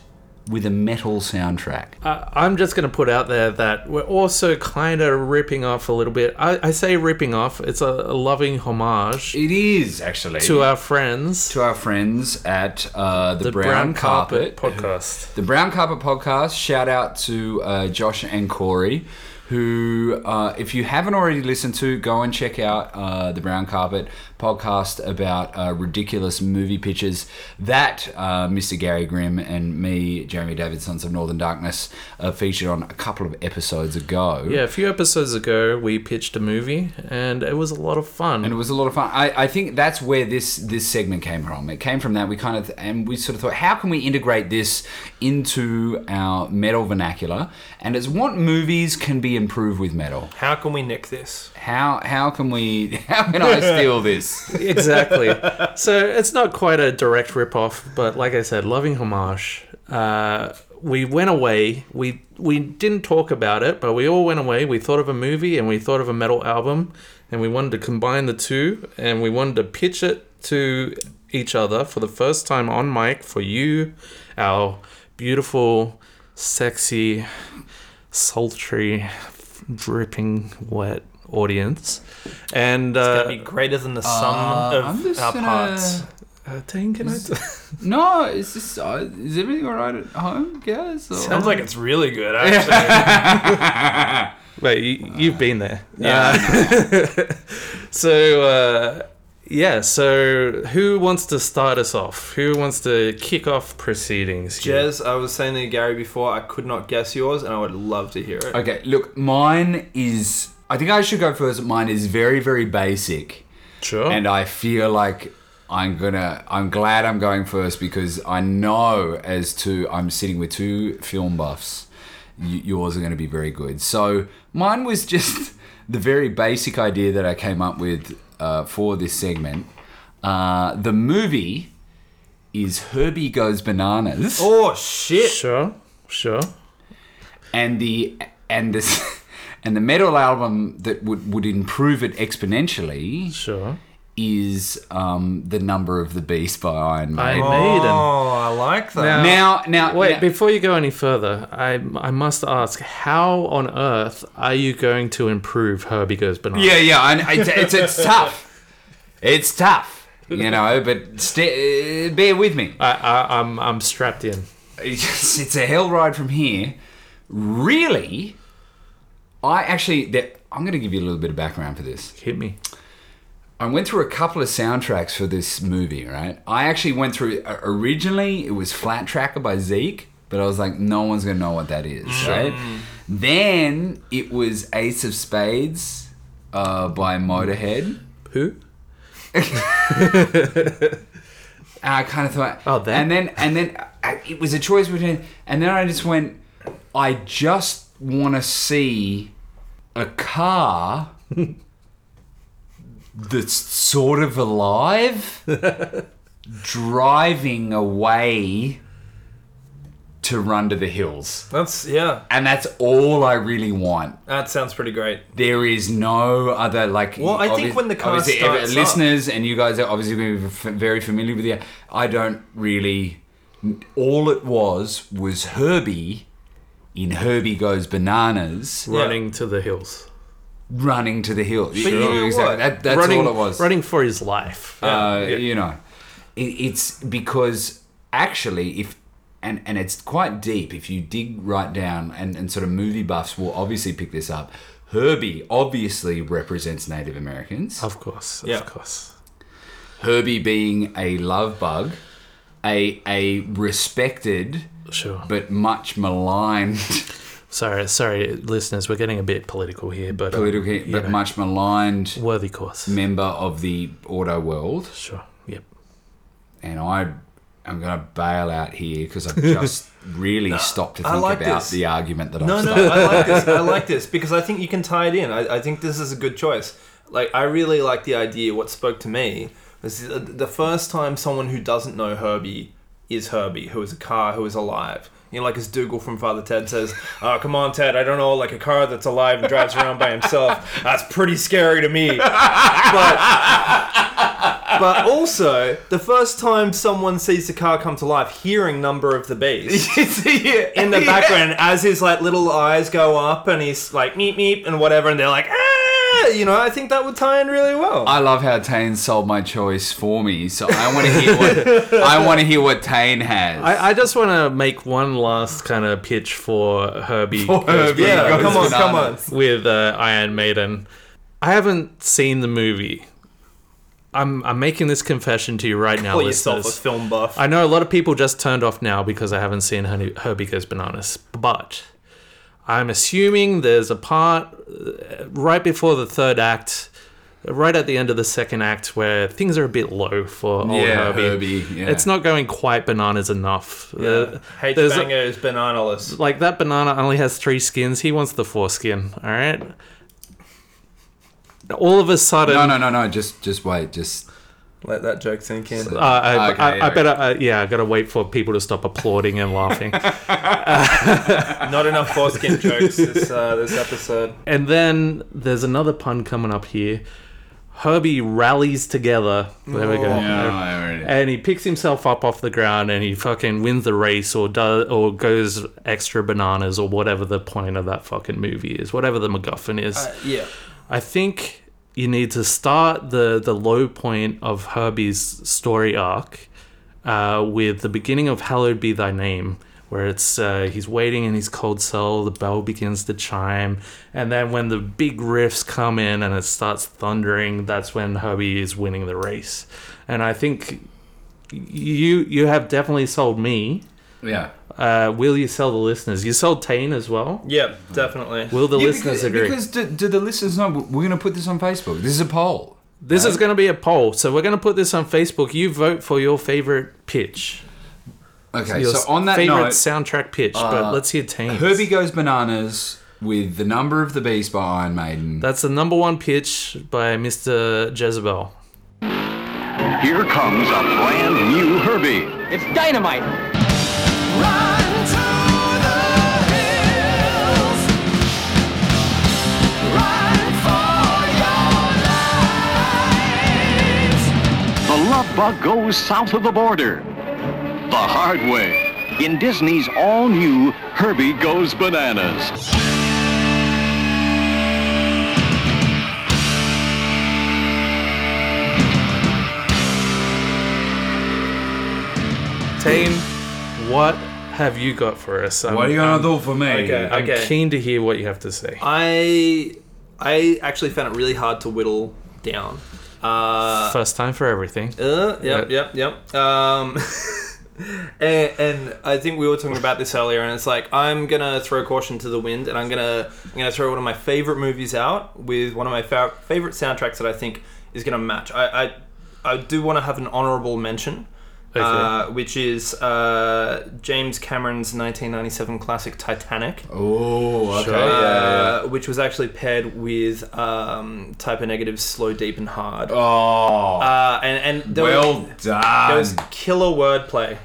E: with a metal soundtrack?
A: I- I'm just going to put out there that we're also kind of ripping off a little bit. I, I say ripping off, it's a, a loving homage
E: it is actually
A: to our friends,
E: to our friends at uh, the,
A: the
E: Brown, Carpet.
A: podcast.
E: the Brown Carpet Podcast. Shout out to uh, Josh and Corey, who, uh, if you haven't already listened to, go and check out uh, the Brown Carpet Podcast about uh, ridiculous movie pitches that uh, Mr. Gary Grimm and me, Jeremy David, Sons of Northern Darkness, uh, featured on a couple of episodes ago.
A: Yeah, a few episodes ago, we pitched a movie, and it was a lot of fun.
E: and it was a lot of fun. I, I think that's where this this segment came from. It came from that we kind of and we sort of thought, how can we integrate this into our metal vernacular? And it's what movies can be improved with metal.
C: How can we nick this?
E: How how can we how can I steal this?
A: exactly. So it's not quite a direct rip-off, but like I said, loving homage. Uh, we went away. We we didn't talk about it, but we all went away. We thought of a movie and we thought of a metal album, and we wanted to combine the two, and we wanted to pitch it to each other for the first time on mic for you, our beautiful, sexy, sultry, dripping wet audience, and uh,
C: That'd be greater than the sum of
E: I'm just
C: our
E: gonna-
C: parts.
A: Uh, Dane, can I? T-
E: No, is this uh, is everything all right at home, guys? Or-
C: Sounds like it's really good, actually.
A: Wait, you, you've been there. Uh, so, uh, yeah, so who wants to start us off? Who wants to kick off proceedings? here?
C: Jez, I was saying to Gary before, I could not guess yours, and I would love to hear it.
E: Okay, look, mine is. I think I should go first. Mine is very, very basic,
A: Sure.
E: and I feel like I'm gonna. I'm glad I'm going first because I know as to I'm sitting with two film buffs. Y- yours are going to be very good. So mine was just the very basic idea that I came up with uh, for this segment. Uh, the movie is Herbie Goes Bananas.
C: Oh shit!
A: sure. Sure.
E: and the and this and the metal album that would would improve it exponentially
A: Sure.
E: is um, the number of the beast by Iron
A: I
E: Maiden.
A: Maiden.
C: Oh, I like that.
E: now, now,
A: Wait,
E: now-
A: before you go any further, I I must ask, how on earth are you going to improve Herbie Goes Bananas?
E: yeah, yeah, I, it's, it's it's tough, it's tough, you know. But stay, uh, bear with me.
A: I, I, I'm I'm strapped in.
E: it's, it's a hell ride from here. Really, I actually, there- I'm going to give you a little bit of background for this.
A: Hit me.
E: I went through a couple of soundtracks for this movie, right? I actually went through uh, originally it was Flat Tracker by Zeke, but I was like, no one's gonna know what that is,
A: Mm.
E: right? Then it was Ace of Spades uh, by Motorhead.
A: Who?
E: And I kind of thought,
A: Oh, that?
E: and then and then uh, it was a choice between, and then I just went, I just want to see a car that's sort of alive driving away to run to the hills,
C: That's yeah.
E: and that's all I really want.
C: That sounds pretty great.
E: There is no other like.
C: Well, I think
E: obvi-
C: when the car
E: obviously, every-
C: starts up-
E: listeners and you guys are obviously going to be f- very familiar with the. I don't really. All it was was Herbie, in Herbie goes bananas,
A: Running to the hills.
E: running to the hill. But
C: you know what?
E: That, that's
A: running,
E: all it was.
A: Running for his life.
E: Uh, you know, it, it's because actually, if and and it's quite deep. If you dig right down, and and sort of movie buffs will obviously pick this up. Herbie obviously represents Native Americans.
A: of course.
C: Yeah.
A: Of course.
E: Herbie being a love bug, a a respected
A: Sure.
E: but much maligned
A: Sorry, sorry, listeners. We're getting a bit political here, but um,
E: political,
A: you
E: but
A: know,
E: much maligned
A: worthy cause.
E: member of the auto world.
A: Sure. Yep.
E: And I am going to bail out here because I've just really stopped to
C: I
E: think
C: like
E: about
C: this.
E: the argument that
C: No,
E: I've
C: no,
E: started.
C: I like this. I like this because I think you can tie it in. I, I think this is a good choice. Like, I really like the idea. What spoke to me was the- the first time someone who doesn't know Herbie is Herbie, who is a car who is alive. You know, like as Dougal from Father Ted says, "Oh, come on, Ted! I don't know, like a car that's alive and drives around by himself. That's pretty scary to me." but but also the first time someone sees the car come to life, hearing "Number of the Beast" in the background as his like little eyes go up and he's like meep meep and whatever, and they're like ah, you know. I think that would tie in really well.
E: I love how Tane sold my choice for me, so I want to hear what I want to hear what Tane has.
A: I, I just want to make one last kind of pitch for Herbie.
E: Herbie
C: yeah,
E: goes
C: come on, come on.
E: bananas.
A: with uh, Iron Maiden. I haven't seen the movie. I'm I'm making this confession to you right now,
C: Call yourself a
A: listeners.
C: film buff.
A: I know a lot of people just turned off now because I haven't seen Honey- Herbie Goes Bananas, but I'm assuming there's a part uh, right before the third act, right at the end of the second act, where things are a bit low for old
E: Yeah,
A: Herbie.
E: Herbie, yeah.
A: It's not going quite bananas enough. Uh,
C: Hate
A: there's a-
C: bangers, bananaless.
A: like that banana only has three skins. He wants the foreskin. All right. All of a sudden,
E: no, no, no, no. Just, just wait. Just
C: Let that joke sink in.
A: Uh, I,
E: Okay,
A: I, I
E: okay.
A: better. Uh, yeah, I gotta wait for people to stop applauding and laughing.
C: Not enough foreskin jokes this uh, this episode.
A: and then there's another pun coming up here. Herbie rallies together. There we go. And he picks himself up off the ground and he fucking wins the race or does or goes extra bananas or whatever the point of that fucking movie is, whatever the MacGuffin is.
C: Yeah.
A: I think you need to start the the low point of Herbie's story arc uh, with the beginning of "Hallowed Be Thy Name," where it's uh, he's waiting in his cold cell. The bell begins to chime, and then when the big riffs come in and it starts thundering, that's when Herbie is winning the race. And I think you you have definitely sold me.
E: Yeah.
A: Uh, will you sell the listeners? You sold Tane as well.
C: Yeah, definitely.
A: Will the
E: Yeah,
A: listeners
E: because,
A: agree?
E: Because do, do the listeners know we're going to put this on Facebook? This is a poll.
A: This is going to be a poll, so we're going to put this on Facebook. You vote for your favorite pitch,
E: Okay,
A: your
E: so on that
A: favorite
E: note,
A: soundtrack pitch.
C: uh,
A: but let's hear Tane.
E: Herbie goes bananas with the number of the beast by Iron Maiden.
A: That's the number one pitch by Mr. Jezebel.
J: Here comes a brand new Herbie.
H: It's dynamite.
J: The love bug goes south of the border. The hard way. In Disney's all new Herbie Goes Bananas.
A: Tane, what have you got for us? I'm,
E: what are you going to do for me?
C: Okay.
A: I'm keen to hear what you have to say.
C: I I actually found it really hard to whittle down. Uh,
A: First time for everything.
C: uh, yep, yep, yep. Um, and, and I think we were talking about this earlier, and it's like I'm gonna throw caution to the wind, and I'm gonna I'm gonna throw one of my favorite movies out with one of my fa- favorite soundtracks that I think is gonna match. I I, I do want to have an honorable mention. Uh, which is uh, James Cameron's 1997 classic Titanic.
E: Oh, okay.
C: Uh, which was actually paired with um, type of negative, slow, deep, and hard.
E: Oh,
C: Uh, and and there,
E: well
C: was,
E: done.
C: there was killer wordplay,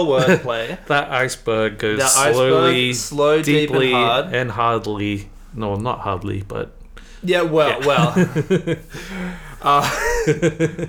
C: wordplay.
A: That iceberg goes
C: The iceberg,
A: slowly,
C: slow, deep, and
A: deeply,
C: hard.
A: and hardly. No, not hardly, but
C: yeah, well, well. Uh,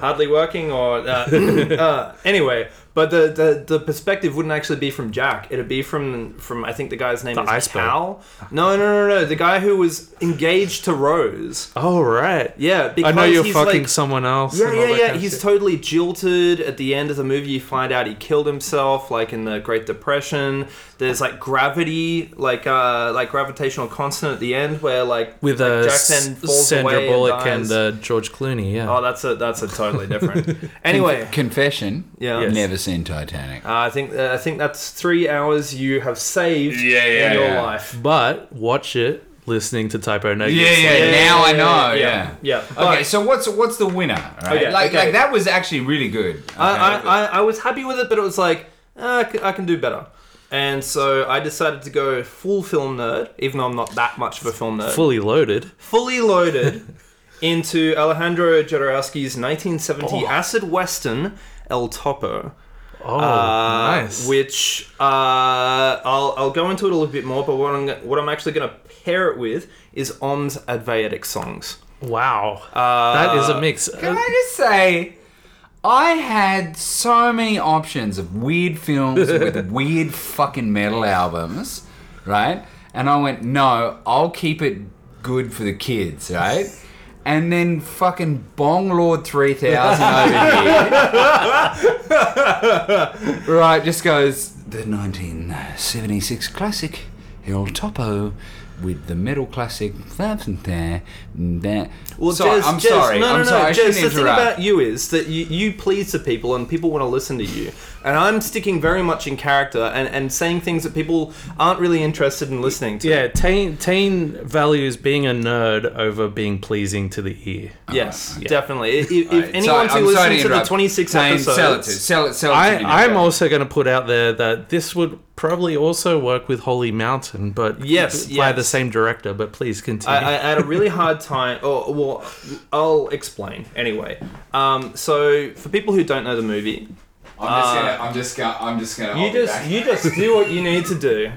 C: hardly working, or uh, uh, anyway. But the, the the perspective wouldn't actually be from Jack. It'd be from from I think the guy's name
A: The
C: is
A: iceberg.
C: Cal. No, no, no, no. The guy who was engaged to Rose.
A: oh right,
C: Yeah,
A: I
C: because
A: know you're
C: he's
A: fucking
C: like,
A: someone else.
C: Yeah,
A: and all
C: yeah,
A: that
C: yeah.
A: kind of
C: He's
A: shit.
C: totally jilted. At the end of the movie, you find out he killed himself, like in the Great Depression. There's like gravity, like uh, like gravitational constant at the end, where like
A: with
C: like,
A: uh,
C: Jack
A: S-
C: then falls
A: Sandra
C: away
A: Bullock and,
C: dies.
A: uh, George Clooney. Yeah,
C: oh, that's a that's a totally different. anyway,
E: confession.
C: Yeah. Yes.
E: Never seen Titanic.
C: uh, I think uh, I think that's three hours you have saved
E: Yeah, yeah,
C: in your
E: yeah.
C: life.
A: but watch it listening to typo negative.
E: yeah, yeah, Now I know. Yeah.
C: yeah.
E: Okay, so what's what's the winner? Right?
C: Okay,
E: like
C: okay.
E: like that was actually really good.
C: I,
E: Okay.
C: I, I, I was happy with it, but it was like, uh, I, c- I can do better. And so I decided to go full film nerd, even though I'm not that much of a film nerd.
A: fully loaded.
C: fully loaded into Alejandro Jodorowsky's 1970 acid western El Topo.
A: Oh,
C: Uh,
A: nice.
C: Which uh, I'll, I'll go into it a little bit more, but what I'm, what I'm actually going to pair it with is Om's Advaitic songs.
A: Wow, that is a mix.
E: Can I just say, I had so many options of weird films with weird fucking metal albums, right? And I went, no, I'll keep it good for the kids, right? And then fucking Bong Lord 3000 over here. right, just goes, the 1976 classic, El Topo, with the metal classic, that and there, and that.
C: Well,
E: Sorry,
C: Jez,
E: I'm
C: Jez,
E: sorry.
C: No, no,
E: I'm
C: no.
E: sorry. I
C: Jez,
E: shouldn't
C: the thing
E: interrupt.
C: about you is that you, you please the people and people want to listen to you. And I'm sticking very much in character and, and saying things that people aren't really interested in listening to.
A: Yeah, Tane, Tane values being a nerd over being pleasing to the ear.
C: Yes, definitely. If, if
E: Uh, Right,
C: anyone
E: sorry,
C: who
E: I'm
C: listens to
E: sorry
C: the
E: interrupt.
C: 26
E: Zane,
C: episodes,
E: Sell it to, sell it, sell it to me now.
A: I, I'm also going to put out there that this would probably also work with Holy Mountain, but
C: Yes,
A: by
C: yes.
A: the same director. But please continue.
C: I, I had a really hard time. Oh, well, I'll explain anyway. Um, so, for people who don't know the movie,
E: I'm just gonna, I'm just gonna, I'm just gonna.
C: you just you just do what you need to do.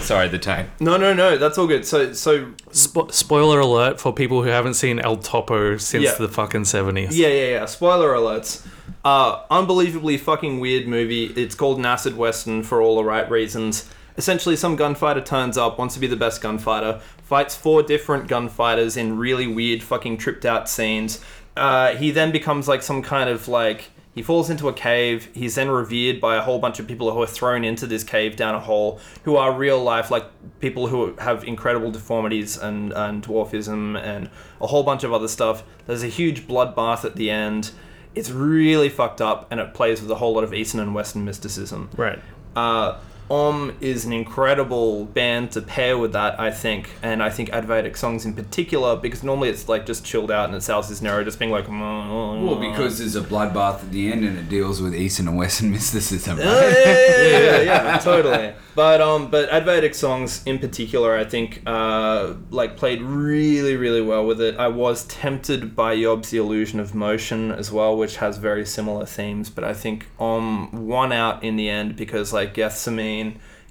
E: sorry, the time.
C: No, no, no. That's all good. So, so
A: Spo- spoiler alert for people who haven't seen El Topo since
C: Yeah.
A: the fucking 70s.
C: Yeah, yeah, yeah. Spoiler alerts. Uh, unbelievably fucking weird movie. It's called an acid western for all the right reasons. Essentially, some gunfighter turns up, wants to be the best gunfighter, fights four different gunfighters in really weird, fucking tripped out scenes. Uh, he then becomes like some kind of like He falls into a cave. He's then revered by a whole bunch of people who are thrown into this cave down a hole, who are real life, like people who have incredible deformities and, and dwarfism and a whole bunch of other stuff. There's a huge bloodbath at the end. It's really fucked up, and it plays with a whole lot of Eastern and Western mysticism.
A: Right.
C: Uh, Om is an incredible band to pair with that, I think, and I think Advaitic songs in particular, because normally it's like just chilled out and it sounds this narrow, just being like. "Mm, Well,
E: Well, because there's a bloodbath at the end and it deals with Eastern and Western mysticism.
C: yeah,
E: Right?
C: yeah, yeah, yeah, yeah, totally. But um, but Advaitic songs in particular, I think, uh, like played really, really well with it. I was tempted by Yob's The Illusion of Motion as well, which has very similar themes. But I think um, one out in the end because like Gethsemane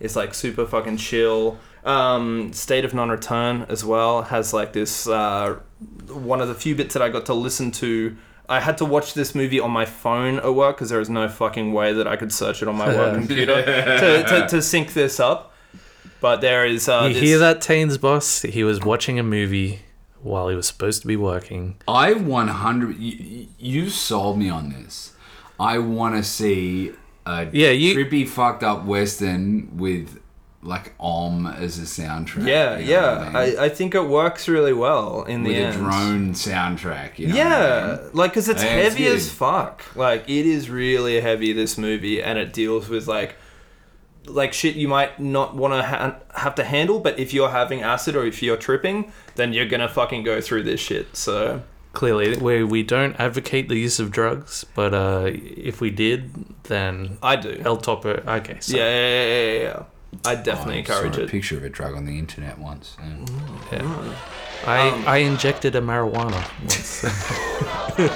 C: is like super fucking chill. Um, State of Non-Return as well has like this uh, one of the few bits that I got to listen to. I had to watch this movie on my phone at work because there is no fucking way that I could search it on my work computer to, to, to sync this up. But there is. Uh,
A: you
C: this-
A: hear that, Tane's boss? He was watching a movie while he was supposed to be working.
E: I 100. You, you sold me on this. I want to see a
A: Yeah, you-
E: trippy, fucked up Western with like Om as a soundtrack.
C: Yeah,
E: you know what
C: yeah.
E: I mean?
C: I, I think it works really well in the
E: with a
C: end.
E: drone soundtrack. You know what I mean?
C: Yeah, like because it's
E: Yeah, it's
C: heavy
E: good.
C: as fuck. Like it is really heavy. This movie and it deals with like, like shit you might not want to ha- have to handle. But if you're having acid or if you're tripping, then you're gonna fucking go through this shit. So
A: Clearly, we, we don't advocate the use of drugs, but uh, if we did, then
C: I do.
A: El Topo. Okay, so
C: Yeah, yeah, yeah, yeah, yeah. I definitely
E: I
C: encourage
E: saw a
C: it.
E: picture of a drug on the internet once. and-
A: I
C: um,
A: I injected a marijuana once.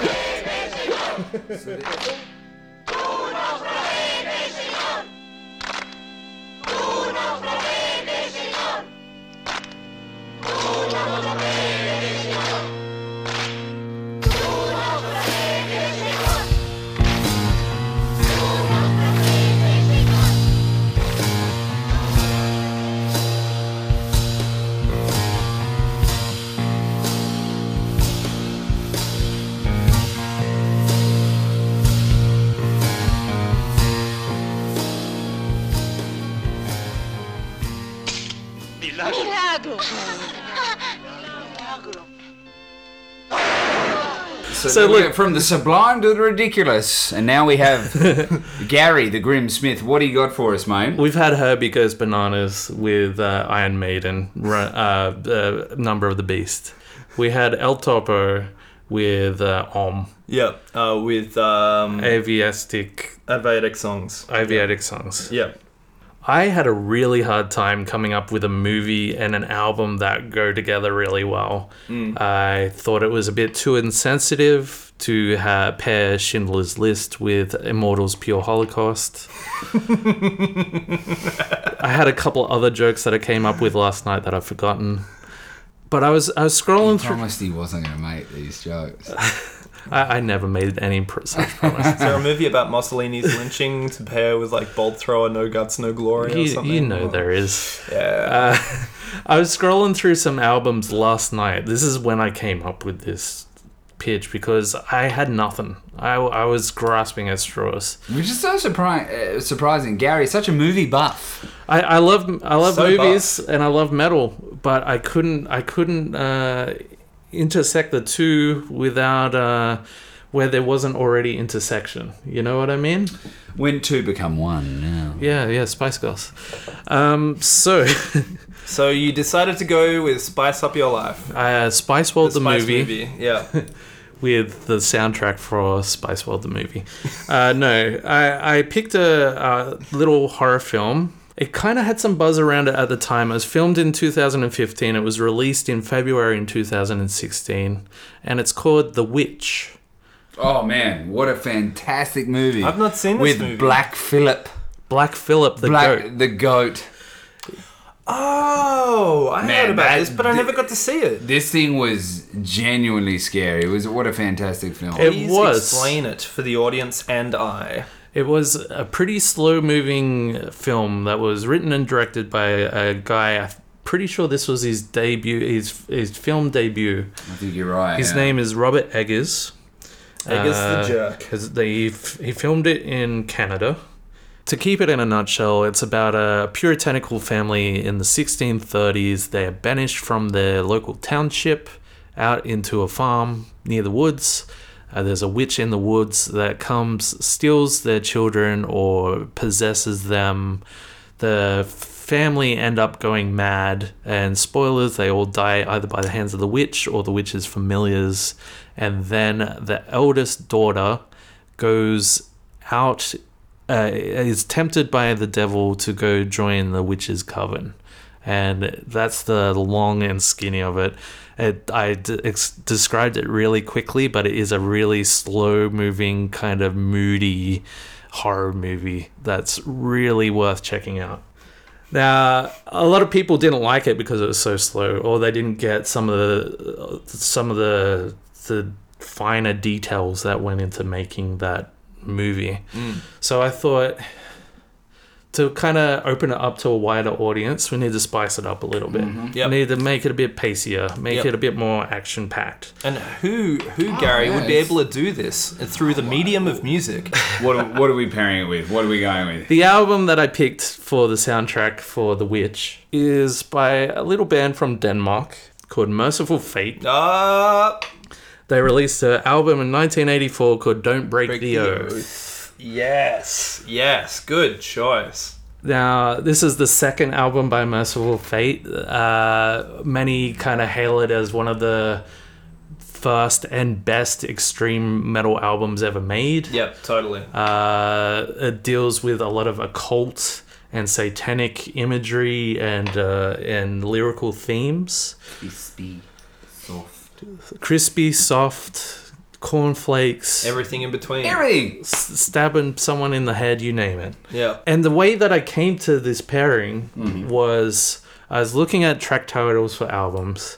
K: Milagro.
E: So, look, from the sublime to the ridiculous, and now we have Gary the Grim Smith. What do you got for us, mate?
A: We've had Herbie Goes Bananas with uh, Iron Maiden, ru- uh, uh, Number of the Beast. We had El Topo with uh, Om,
C: Yeah, uh, with um,
A: Aviastic,
C: Ayurvedic songs.
A: Aviatic songs.
C: Yeah.
A: I had a really hard time coming up with a movie and an album that go together really well. I thought it was a bit too insensitive to ha- pair Schindler's List with Immortals Pure Holocaust. I had a couple other jokes that I came up with last night that I've forgotten. But I was I was scrolling through.
E: Promised he wasn't going to make these jokes.
A: I, I never made any pr- such
C: Is
A: promises.
C: there a movie about Mussolini's lynching to pair with like Bolt Thrower, No Guts, No Glory or
A: you,
C: something?
A: you know there is.
C: Yeah.
A: Uh, I was scrolling through some albums last night. This is when I came up with this pitch because I had nothing. I, I was grasping at straws.
E: Which is so surpri- uh, surprising. Gary, such a movie buff.
A: I, I love I love
C: So
A: movies and I love metal, but I couldn't I couldn't uh, intersect the two without uh, where there wasn't already intersection. You know what I mean?
E: When two become one now.
A: Yeah, yeah. Spice Girls. Um, so.
C: So you decided to go with Spice Up Your Life.
A: Uh, Spice World the,
C: Spice
A: movie
C: Yeah.
A: with the soundtrack for Spice World the movie. Uh, no, I, I picked a, a little horror film. It kind of had some buzz around it at the time. It was filmed in 2015. It was released in February in 2016, and it's called The Witch.
E: Oh, man. What a fantastic movie.
C: I've not seen this
E: With
C: movie.
E: Black Phillip.
A: Black Phillip the
E: Black
A: goat.
E: the goat.
C: Oh, I
E: Man,
C: heard about
E: that-
C: this, but I never got to see it.
E: This thing was genuinely scary. It was what a fantastic film.
A: It
C: Please
A: was.
C: explain it for the audience and I.
A: It was a pretty slow-moving film that was written and directed by a guy. I'm pretty sure this was his debut, his his film debut.
E: I think you're right.
A: His
E: yeah.
A: name is Robert Eggers.
C: Egg is the
A: Uh,
C: jerk.
A: 'cause they f- he filmed it in Canada. To keep it in a nutshell, it's about a puritanical family in the 1630s. They are banished from their local township out into a farm near the woods. Uh, there's a witch in the woods that comes, steals their children, or possesses them. The family end up going mad, and spoilers, they all die either by the hands of the witch or the witch's familiars. And then the eldest daughter goes out uh, is tempted by the devil to go join the witch's coven, and that's the long and skinny of it. it I d- ex- described it really quickly, but it is a really slow-moving kind of moody horror movie that's really worth checking out. Now, a lot of people didn't like it because it was so slow, or they didn't get some of the some of the the finer details that went into making that movie.
K: Mm.
A: So I thought to kind of open it up to a wider audience, we need to spice it up a little bit.
C: Mhm.
A: We need to make it a bit pacier, make
C: Yep.
A: it a bit more action packed.
C: And who who Gary would be able to do this through the medium of music?
E: What what are we pairing it with? What are we going with?
A: The album that I picked for the soundtrack for The Witch is by a little band from Denmark called Merciful Fate. They released an album in 1984 called Don't Break, the, Oath.
C: Yes, yes, good choice.
A: Now, this is the second album by Merciful Fate. Uh, many kind of hail it as one of the first and best extreme metal albums ever made.
C: Yep, totally.
A: Uh, it deals with a lot of occult and satanic imagery and uh, and lyrical themes.
L: Crispy, soft.
A: Crispy, soft, cornflakes.
C: Everything in between.
E: Everything.
A: S- stabbing someone in the head, you name it.
C: Yeah.
A: And the way that I came to this pairing
C: Mhm.
A: was I was looking at track titles for albums.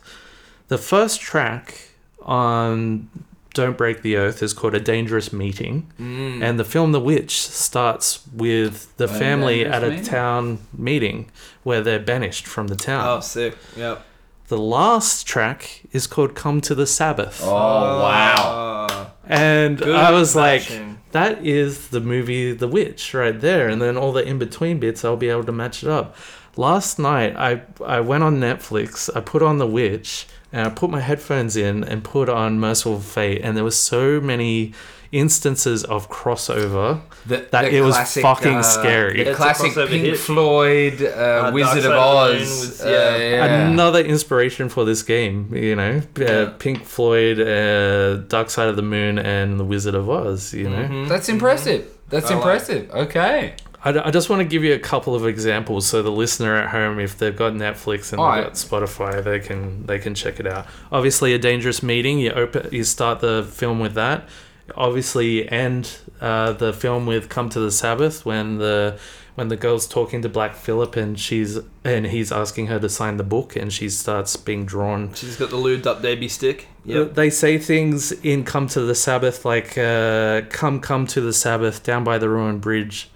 A: The first track on Don't Break the Oath is called A Dangerous Meeting.
C: Mm.
A: And the film The Witch starts with the
C: A
A: family
C: Dangerous
A: at a
C: Meeting?
A: town meeting where they're banished from the town.
C: Oh, sick. Yep.
A: The last track is called Come to the Sabbath.
C: Oh,
E: Oh,
C: wow.
A: And
C: Good
A: I was
C: matching.
A: like, that is the movie The Witch right there. And then all the in between bits, I'll be able to match it up. Last night, I, I went on Netflix, I put on The Witch, and I put my headphones in and put on Merciful Fate. And there were so many instances of crossover that, it was
E: classic,
A: fucking
E: uh,
A: scary.
E: The classic Pink Floyd, uh,
C: Dark
E: Wizard
C: Side
E: of
C: of the Moon
E: Oz.
C: was-
E: uh,
C: yeah.
E: yeah.
A: another inspiration for this game. You know, uh, Pink Floyd, uh, Dark Side of the Moon, and The Wizard of Oz. You know,
E: That's impressive. That's
A: I like-
E: impressive. Okay.
A: I, I just want to give you a couple of examples so the listener at home, if they've got Netflix and
E: Alright.
A: they've got Spotify, they can they can check it out. Obviously, a dangerous meeting. You open, you start the film with that. Obviously, end uh, the film with "Come to the Sabbath" when the when the girl's talking to Black Phillip and she's and he's asking her to sign the book and she starts being drawn
C: She's got the lubed up baby stick. Yep.
A: they say things in Come to the Sabbath like, uh, Come, come to the Sabbath, down by the ruined bridge.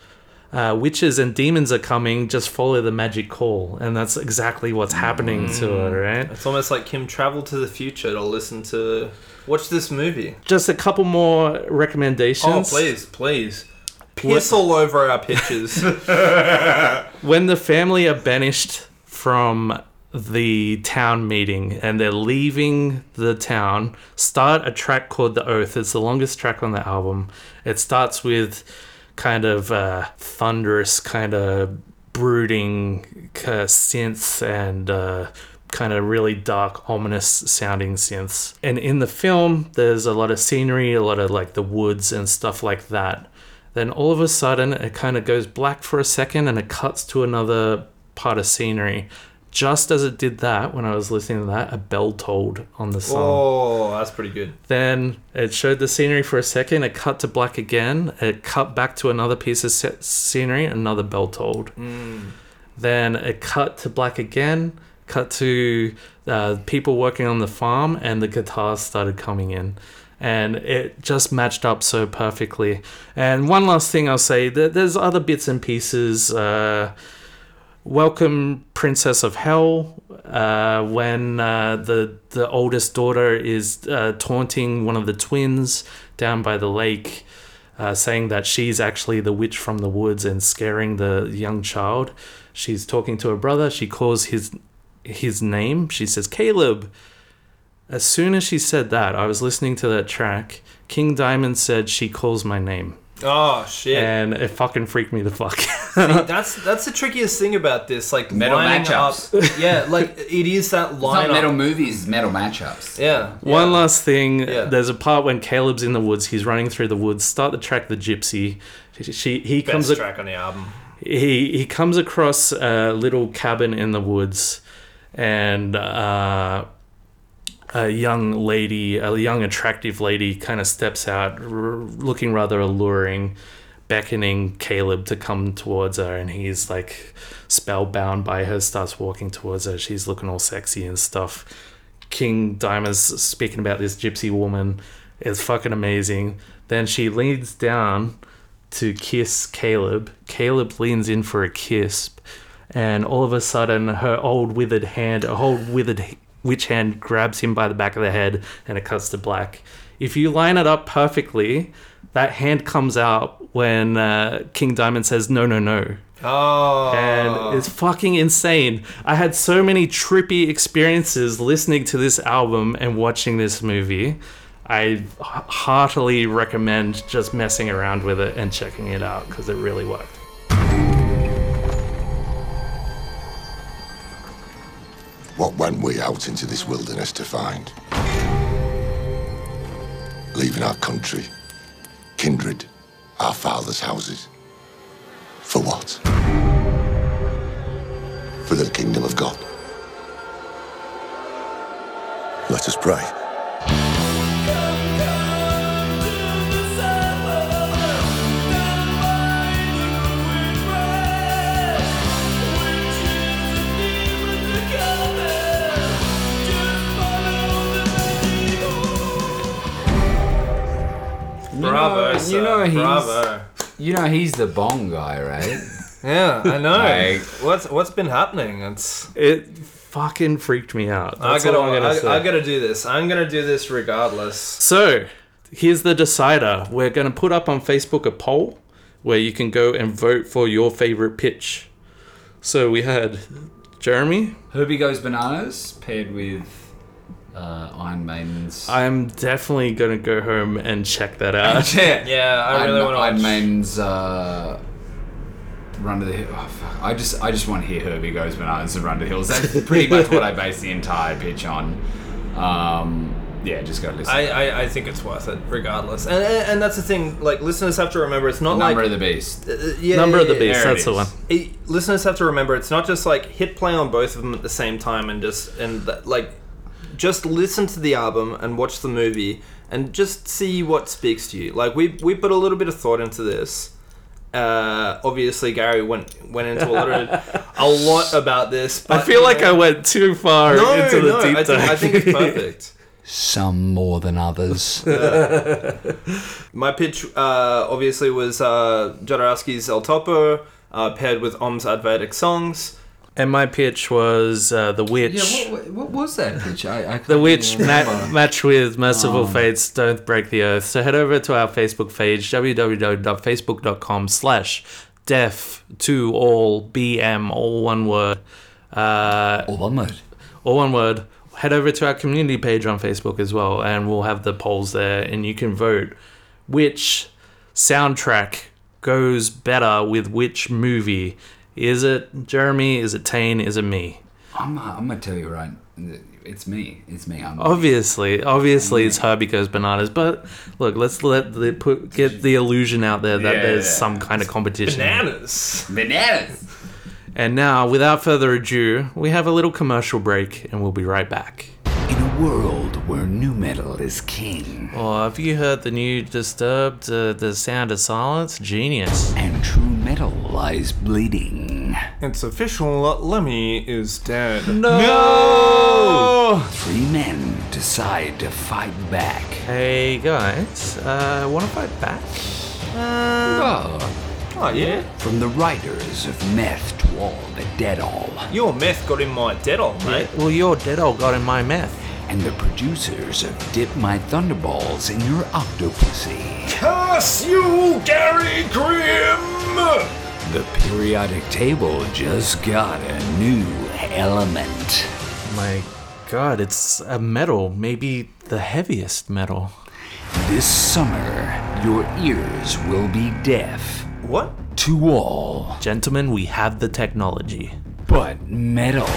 A: Uh, witches and demons are coming, just follow the magic call. And that's exactly what's happening to
C: Mm.
A: her, right?
C: It's almost like Kim traveled to the future to listen to watch this movie.
A: Just a couple more
C: Oh,
A: recommendations.
C: please, please. Piss all over our pictures.
A: when the family are banished from the town meeting and they're leaving the town, start a track called The Oath. It's the longest track on the album. It starts with kind of uh, thunderous, kind of brooding uh, synths and uh, kind of really dark, ominous sounding synths. And in the film, there's a lot of scenery, a lot of like the woods and stuff like that then all of a sudden it kind of goes black for a second and it cuts to another part of scenery just as it did that when i was listening to that a bell tolled on the song
C: oh, that's pretty good.
A: then it showed the scenery for a second it cut to black again it cut back to another piece of se- scenery another bell tolled
C: Mm.
A: then it cut to black again cut to uh, people working on the farm and the guitars started coming in and it just matched up so perfectly and one last thing i'll say that there's other bits and pieces uh, welcome princess of hell uh, when uh, the the oldest daughter is uh, taunting one of the twins down by the lake, uh, saying that she's actually the witch from the woods and scaring the young child. She's talking to her brother. She calls his his name. She says Caleb. As soon as she said that, I was listening to that track. King Diamond said she calls my name.
C: Oh shit!
A: And it fucking freaked me the fuck.
C: See, that's that's the trickiest thing about this, like
E: Metal
C: lining
E: matchups.
C: up- Yeah, like it is that line.
E: not metal movies, metal matchups.
C: Yeah.
A: One last thing.
C: Yeah.
A: There's a part when Caleb's in the woods. He's running through the woods. Start the track, the Gypsy. She, she he
C: Best
A: comes. ac-
C: track on the album.
A: he he comes across a little cabin in the woods, and uh, a young lady, a young attractive lady, kind of steps out, r- looking rather alluring, beckoning Caleb to come towards her, and he's like spellbound by her, starts walking towards her. She's looking all sexy and stuff. King Diamond's speaking about this gypsy woman. It's fucking amazing. Then she leans down to kiss Caleb. Caleb leans in for a kiss, and all of a sudden, her old withered hand, a old withered h- witch hand, grabs him by the back of the head, and it cuts to black. If you line it up perfectly, that hand comes out when uh, King Diamond says, "No, no, no."
C: Oh.
E: Ah.
A: and it's fucking insane. I had so many trippy experiences listening to this album and watching this movie. I h- heartily recommend just messing around with it and checking it out because it really worked.
K: What went we out into this wilderness to find? Leaving our country, kindred, our fathers' houses. For what? For the kingdom of God. Let us pray.
E: You
C: Bravo,
E: know,
C: sir.
E: Oh, You know he's
C: Bravo.
E: you know he's the bong guy, right?
C: Yeah, I know.
E: Like-
C: what's what's been happening? It's
A: It fucking freaked me out.
C: I
A: That's
C: gotta,
A: all I'm gonna
C: I,
A: say.
C: I gotta do this. I'm gonna do this regardless.
A: So, here's the decider. We're going to put up on Facebook a poll where you can go and vote for your favorite pitch. So, we had Jeremy.
E: Herbie goes bananas paired with uh, Iron Maiden's.
A: I'm definitely going to go home and check that out.
C: Yeah, I really wanna
E: Iron
C: watch-
E: Maiden's uh, Run to the Hill. Oh, fuck. I just I just want to hear Herbie goes bananas and Run to the Hills. That's pretty much what I base the entire pitch on. Um, yeah, just go listen.
C: I, I, I think it's worth it regardless. And, and and that's the thing. Like listeners have to remember, it's not like
E: Number of the Beast.
C: Uh, yeah,
A: Number
C: yeah,
A: of the
C: yeah,
A: Beast, There
C: yeah.
A: it that's the is. one.
C: It- listeners have to remember, it's not just like hit play on both of them at the same time and just and that, like just listen to the album and watch the movie and just see what speaks to you. Like we we put a little bit of thought into this. Uh, obviously, Gary went went into a lot of, a lot about this. But,
A: I feel like I went too far
C: No,
A: into the
C: no,
A: deep
C: I
A: dive.
C: think- I think it's perfect.
E: Some more than others.
C: My pitch, uh, obviously, was uh, Jodorowsky's El Topo, uh, paired with Om's Advaitic songs.
A: and my pitch was uh, The Witch.
E: Yeah, what, what was that pitch? I, I
A: The Witch ma-
E: match.
A: match with Merciful
E: Oh.
A: Fates, Don't Break the Earth. So head over to our Facebook page, www.facebook.com slash deaf to all BM, all one word. Uh,
E: all one word.
A: All one word. Head over to our community page on Facebook as well, and we'll have the polls there, and you can vote which soundtrack goes better with which movie. Is it Jeremy? Is it Tane? Is it me?
E: I'm, I'm gonna tell you right. It's me. It's me. I'm
A: Oh. Obviously, obviously, it's Herbie goes bananas. But look, let's let the put get the illusion out there that
E: Yeah.
A: there's some kind of competition.
C: Bananas.
E: Bananas.
A: And now, without further ado, we have a little commercial break, and we'll be right back.
E: In a world where new metal is king.
A: Oh, have you heard the new Disturbed, uh, the Sound of Silence? Genius.
E: And true metal lies bleeding.
C: It's official. Lemmy is dead.
A: No!
E: Three men decide to fight back.
A: Hey guys, uh, want to fight back?
C: Oh, yeah.
E: From the writers of Meth to all the dead all.
C: Your meth got in my dead on, mate.
A: Well, your dead old got in my meth.
E: and the producers of Dip My Thunderballs in Your Octopussy.
M: Curse you, Gary Grimm!
E: The periodic table just got a new element.
A: My god, it's a metal, maybe the heaviest metal.
E: This summer, your ears will be deaf.
C: What?
E: To all.
A: Gentlemen, we have the technology.
E: But metal.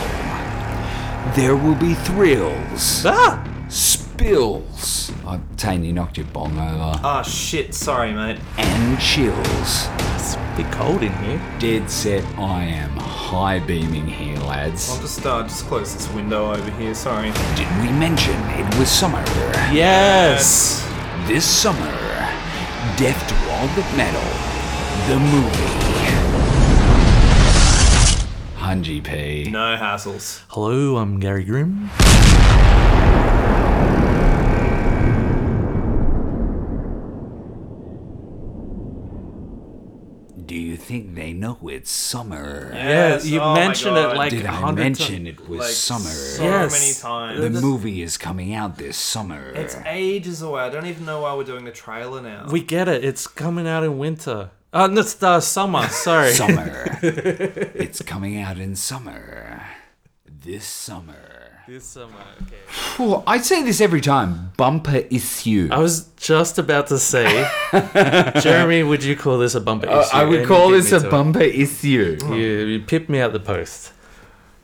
E: There will be thrills.
C: Ah!
E: Spills. Oh, Tane, you knocked your bong over.
C: Ah, shit. Sorry, mate.
E: And chills.
A: It's a bit cold in here.
E: Dead set I am high beaming here, lads.
C: I'll just uh, just close this window over here. Sorry.
E: Did we mention it was summer?
A: Yes.
E: This summer, Death to All But Metal, the movie. Hunji P.
C: No hassles.
A: Hello, I'm Gary Grimm.
E: Do you think they know it's summer?
A: Yes, Yeah, you oh my mentioned it God. like
E: Did
A: a
E: I
A: hundred
E: mention
A: ti-
E: it was
A: like
E: summer?
A: so Yes. many times.
E: The
A: This-
E: movie is coming out this summer.
C: It's ages away. I don't even know why we're doing the trailer now.
A: We get it. It's coming out in winter. Uh, no, it's uh, summer. Sorry.
E: Summer. it's coming out in summer. This summer.
A: This summer. Okay.
E: Well, I say this every time. Bumper issue.
A: I was just about to say, Jeremy, would you call this a bumper
E: Uh,
A: issue?
E: I would
A: And
E: call
A: you beat
E: this
A: me
E: a
A: to it. Oh,
E: bumper issue.
A: You, you pipped me out the post.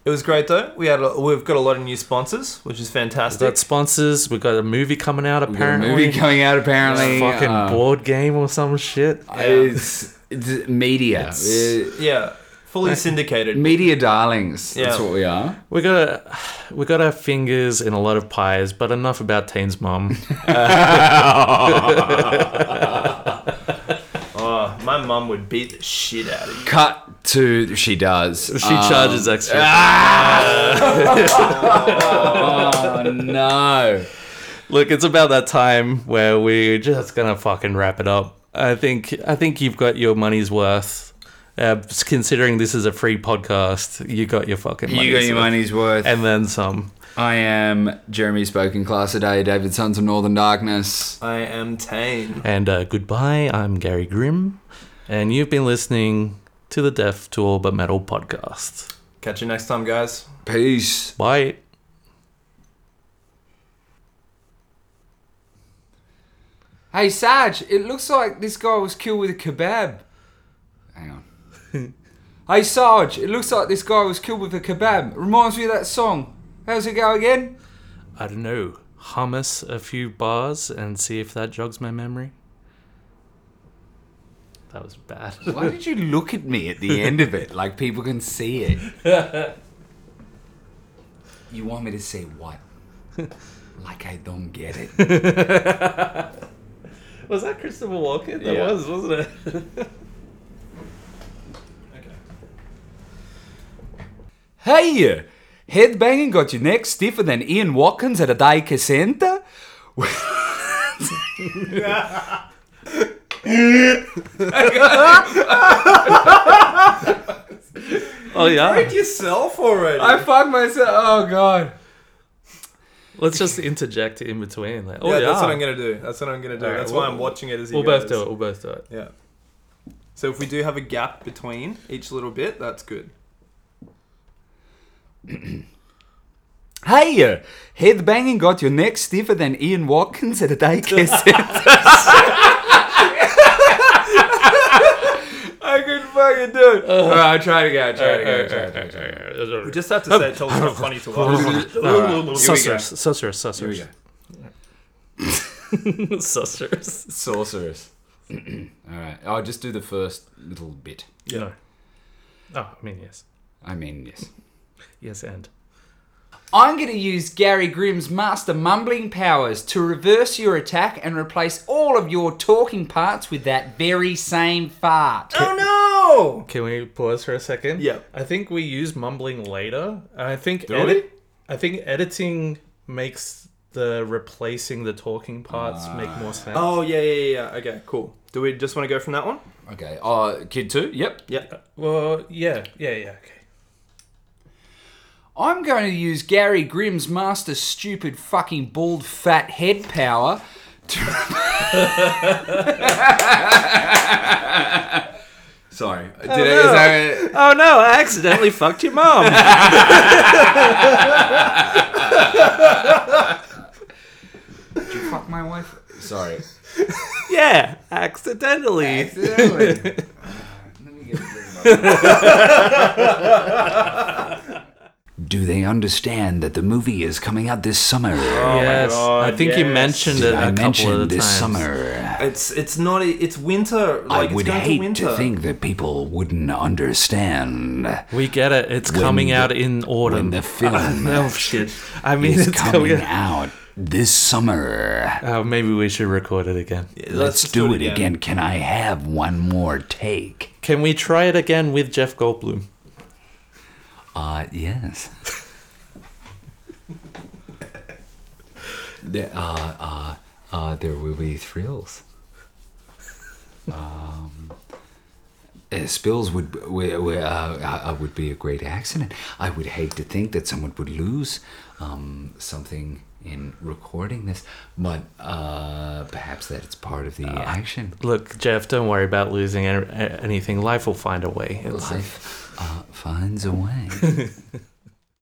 C: It was great though. We had a, we've got a lot of new sponsors, which is fantastic.
A: We've got sponsors. We've got a movie coming out
E: got a
A: apparently.
E: movie coming out, apparently,
A: A fucking
E: uh,
A: board game or some shit.
E: It's, it's media. Uh,
C: yeah, fully syndicated.
E: media darlings. That's
A: Yeah.
E: what we are.
A: We got a, we got our fingers in a lot of pies, but enough about Tane's mom.
C: Oh, my mum would beat the shit out of you.
E: Cut to she does.
A: She charges extra.
E: oh no!
A: Look, it's about that time where we're just gonna fucking wrap it up. I think I think you've got your money's worth. Uh, considering this is a free podcast, you got your fucking.
E: You got your money's worth,
A: and then some.
E: I am Jeremy Spoken Class today. David Sons of Northern Darkness.
C: I am Tane.
A: And uh, goodbye. I'm Gary Grimm, and you've been listening to the Deaf to All But Metal podcast.
C: Catch you next time, guys.
E: Peace.
A: Bye.
B: Hey, Saj, it looks like this guy was killed with a kebab.
E: Hang on.
B: Hey, Sarge, it looks like this guy was killed with a kebab. Reminds me of that song. How's it go again?
A: I don't know. Hummus a few bars and see if that jogs my memory. That was bad.
E: Why did you look at me at the end of it like people can see it? you want me to say what? Like I don't get it.
A: Was that Christopher Walken?
E: That Yeah. was,
A: wasn't it?
E: Hey, you! headbanging got your neck stiffer than Ian Watkins at a daycare centre?
A: oh yeah.
C: yourself already.
B: I fucked myself. Oh, God.
A: Let's just interject in between. Like, oh
C: yeah,
A: yeah,
C: that's what I'm gonna do. That's what I'm gonna do.
A: All right,
C: that's why
A: well,
C: I'm watching it as you
A: We'll both
C: guys.
A: do it. We'll both do it.
C: Yeah. So if we do have a gap between each little bit, that's good.
E: Hey, you! headbanging got your neck stiffer than Ian Watkins at a daycare centre?
B: I couldn't fucking do it. Uh-huh. All right, I'll try it again. I'll try it again. I'll try it again.
C: We just have to say it's always not funny to watch.
A: Sorcerers, sorcerers, sorcerers, sorcerers.
E: Sorceress. Alright, I'll just do the first little bit.
A: No. Oh, I mean yes,
E: I mean, yes.
A: yes, and
B: I'm going to use Gary Grimm's master mumbling powers to reverse your attack and replace all of your talking parts with that very same fart.
C: Oh
A: can we pause for a second?
C: Yeah.
A: I think we use mumbling later. I think
C: Do
A: edit. I think editing makes the replacing the talking parts make more sense.
C: no! Oh yeah, yeah, yeah. yeah. Okay, cool. Do we just want to go from that one?
E: Okay, uh, kid two? Yep.
C: Yep.
A: Well, yeah, yeah, yeah. Okay.
B: I'm going to use Gary Grimm's master stupid fucking bald fat head power to.
E: Sorry. Did
B: Oh, no.
E: I- is that-
A: Oh no, I accidentally fucked your mom.
B: Did you fuck my wife?
E: Sorry.
A: yeah, accidentally.
B: Accidentally. Let me get
E: Do they understand that the movie is coming out this summer?
C: Oh my Yes, God, I think you yes. mentioned
E: Did
C: it a
E: I
C: couple
E: mention
C: of
E: this
C: times.
E: summer.
C: It's it's not e, it's winter. Like
E: I would
C: it's going
E: hate
C: to winter.
E: think that people wouldn't understand.
A: We get it. It's
E: When
A: coming
E: the-
A: out in autumn.
E: when the film
A: oh shit! I mean,
E: is
A: it's
E: coming
A: coming out.
E: out this summer.
A: Oh, maybe we should record it again.
E: Let's, do, it again. Can I have one more take?
A: Can we try it again with Jeff Goldblum?
E: Uh, yes. there, uh, uh, uh, there will be thrills. Um, uh, spills would b- w- w- uh, uh, uh, would be a great accident. I would hate to think that someone would lose um, something in recording this, but uh, perhaps that it's part of the action.
A: Look, Jeff, don't worry about losing an- anything. Life will find a way. It's-
E: Life uh, finds a way.